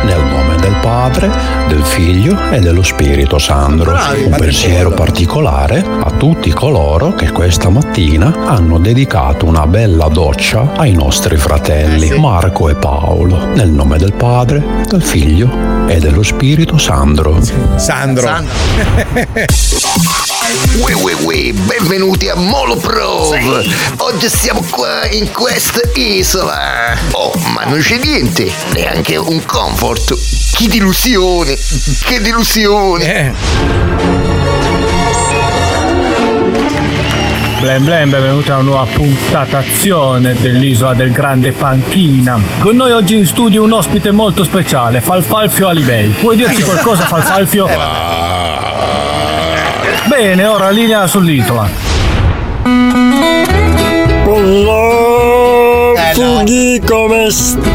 S10: Nel nome del Padre, del Figlio e dello Spirito Sandro. Un pensiero particolare a tutti coloro che questa mattina hanno dedicato una bella doccia ai nostri fratelli Marco e Paolo. Nel nome del Padre, del Figlio e dello Spirito Sandro.
S3: Sandro.
S34: [LAUGHS] Ue, ue, ue, benvenuti a Moloprov! Oggi siamo qua in questa isola! Oh, ma non c'è niente, neanche un comfort! Che delusione! Che delusione!
S5: Blen Blen, benvenuti a una nuova puntatazione dell'isola del Grande Panchina. Con noi oggi in studio un ospite molto speciale, Falfalfio Alibei. Puoi dirci qualcosa, Falfalfio? Bene, ora linea sull'isola.
S16: Profughi come state?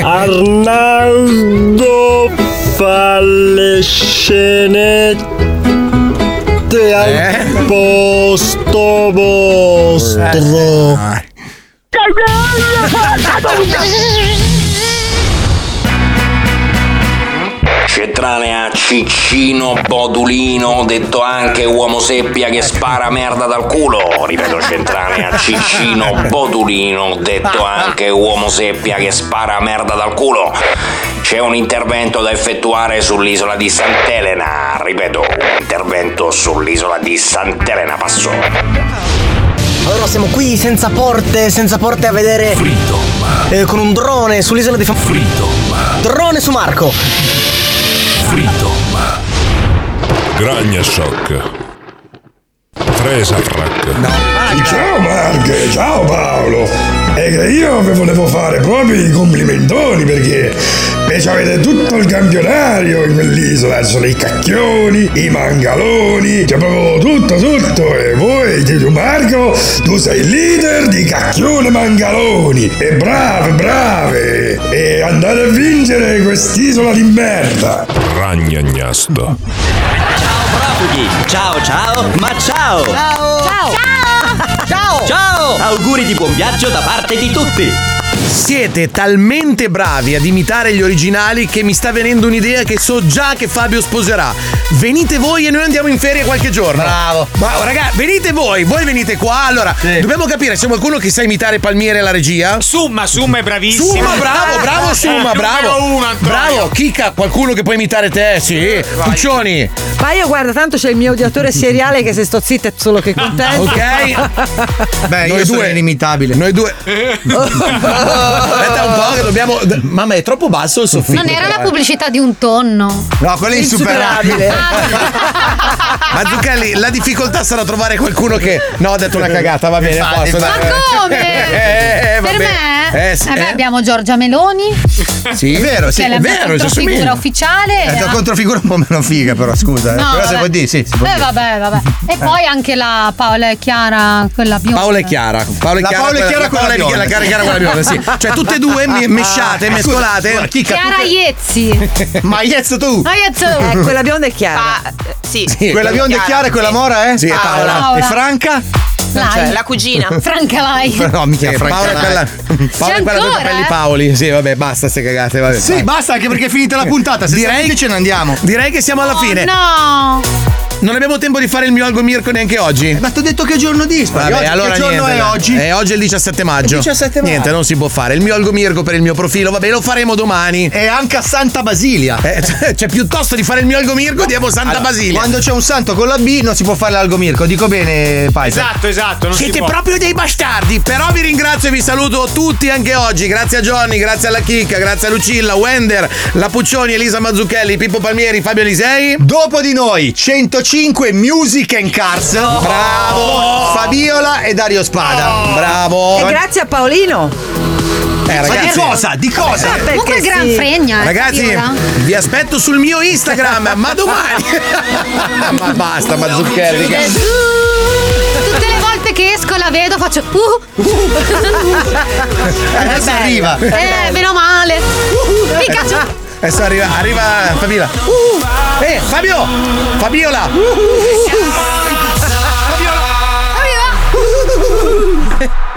S16: Arnaldo fa le scenette al posto vostro.
S35: C'etranea Ciccino Bodulino, detto anche uomo seppia che spara merda dal culo. Ripeto, c'entranea Ciccino Bodulino, detto anche uomo seppia che spara merda dal culo. C'è un intervento da effettuare sull'isola di Sant'Elena. Ripeto, un intervento sull'isola di Sant'Elena passò.
S32: Allora siamo qui senza porte, senza porte a vedere. eh, con un drone sull'isola di Fa- Drone su Marco.
S36: Gragna shock.
S22: presa, Frank.
S20: Ciao Mark, Esatto. ciao Paolo. E che io vi volevo fare proprio i complimentoni perché e ci avete tutto il campionario in quell'isola, ci sono i cacchioni, i mangaloni, c'è proprio tutto, tutto. E voi, tu Marco, tu sei il leader di cacchione mangaloni. E brave, brave. E andate a vincere quest'isola di merda.
S22: Ragnagnasto.
S37: Profughi, ciao ciao, ma ciao!
S16: Ciao! Ciao! Ciao!
S37: Ciao! Auguri di buon viaggio da parte di tutti!
S3: Siete talmente bravi ad imitare gli originali che mi sta venendo un'idea che so già che Fabio sposerà. Venite voi e noi andiamo in ferie qualche giorno. Bravo. Ma ragazzi, venite voi, voi venite qua. Allora, dobbiamo capire se qualcuno che sa imitare Palmiere e la regia.
S38: Summa, Summa è bravissimo.
S3: Summa, bravo, bravo, Summa,
S38: Eh,
S3: bravo.
S38: numero uno, Antonio.
S3: bravo, Chica, qualcuno che può imitare te, sì. Puccioni.
S8: Ma io guarda, tanto c'è il mio odiatore seriale che se sto zitta è solo che contento.
S2: Ok. Beh, io sono
S3: inimitabile. Noi due. Aspetta un po' che dobbiamo. Mamma, è troppo basso il soffitto.
S4: Non era la pubblicità di un tonno.
S3: No, quello è insuperabile. [LAUGHS] Ma Zucchelli, la difficoltà sarà trovare qualcuno che. No, ho detto una cagata, va bene, a
S4: Ma
S3: posto, dai.
S4: come?
S3: Eh, eh, va
S4: per
S3: bene.
S4: me?
S3: Eh, sì,
S4: eh, beh,
S3: eh.
S4: abbiamo Giorgia Meloni.
S2: Sì, è vero, sì,
S4: che è la
S2: è
S4: mia
S2: vero, ci
S4: controfigura
S2: assomiglia.
S4: ufficiale.
S2: È una
S4: Ah.
S2: Eh, controfigura un po' meno figa, però scusa. eh.
S4: No,
S2: però se
S4: vabbè.
S2: può dire, sì, si può
S4: Eh,
S2: dire. Eh.
S4: vabbè, vabbè. E poi anche la Paola e Chiara, quella bionda.
S3: Paola e Chiara. Paola e
S2: La
S3: Chiara,
S2: Paola e Chiara
S3: la
S2: con
S3: Paola
S2: la
S3: e Chiara,
S2: bionda.
S3: la Chiara, Chiara con la bionda,
S2: [LAUGHS]
S3: sì. Cioè, tutte e due mi- mesciate,
S8: Ah, scusa,
S3: mescolate.
S8: scusa, Chicca,
S4: Chiara Iezzi.
S2: Ma Iezzo tu?
S4: Ma Iezzo
S8: Eh, quella bionda è chiara.
S39: sì,
S2: Quella bionda è chiara e quella mora, eh?
S3: Sì, è Paola.
S2: E Franca?
S39: Lai.
S2: c'è.
S39: La cugina.
S2: [LAUGHS]
S4: Franca Lai.
S2: No, mica
S3: Sì,
S2: Eh, Franca.
S3: Paola è
S2: dai.
S3: quella, Paola è quella con i
S4: ancora,
S3: capelli
S4: eh?
S3: Paoli. Sì, vabbè, basta se cagate. Vabbè,
S2: Sì,
S3: vai.
S2: basta, anche perché è finita la puntata. Se
S3: Direi-
S2: Eh, direi ce ne andiamo.
S3: Direi che siamo alla fine.
S4: Oh, No.
S3: Non abbiamo tempo di fare il mio algo Mirko neanche oggi.
S2: Eh, Ma ti ho detto che giorno dispari.
S3: Vabbè,
S2: Oggi- che
S3: allora
S2: giorno
S3: niente,
S2: è
S3: dai.
S2: oggi?
S3: Eh, oggi è il 17 maggio.
S2: Il 17 maggio.
S3: Niente, non si può fare. Il mio algo Mirko per il mio profilo, vabbè, lo faremo domani.
S2: E anche a Santa
S3: [LAUGHS]
S2: Basilia.
S3: cioè, cioè, piuttosto di fare il mio algo Mirko, diamo Santa
S2: Allora,
S3: Basilia.
S2: Quando c'è un santo con la B non si può fare l'algomirco, dico bene, Paisa.
S38: Esatto, esatto. Non
S3: Siete
S38: si può.
S3: proprio dei bastardi, però vi ringrazio e vi saluto tutti anche oggi. Grazie a Johnny, grazie alla Chicca, grazie a Lucilla, Wender, la Puccioni, Elisa Mazzucchelli, Pippo Palmieri, Fabio Lisei.
S2: Dopo di noi 105 Music and Cars.
S3: Oh.
S2: Bravo! Fabiola e Dario Spada.
S3: Bravo! Eh,
S8: E grazie a Paolino.
S2: Ma di cosa? Di cosa?
S4: Vabbè, Comunque
S8: Ah, perché
S4: gran
S8: sì.
S4: fregna. eh,
S3: Ragazzi,
S4: Fabiola.
S3: vi aspetto sul mio Instagram, ma domani. ma basta, Mazzucchelli. che-
S4: Tutte le volte che esco la vedo faccio. Uh, uh. [LAUGHS]
S2: Adesso
S4: Bello.
S2: arriva.
S4: Eh, meno male. Pikachu.
S3: Adesso arriva, arriva Fabiola. Eh, Fabio! Fabiola! Uh,
S6: Fabiola!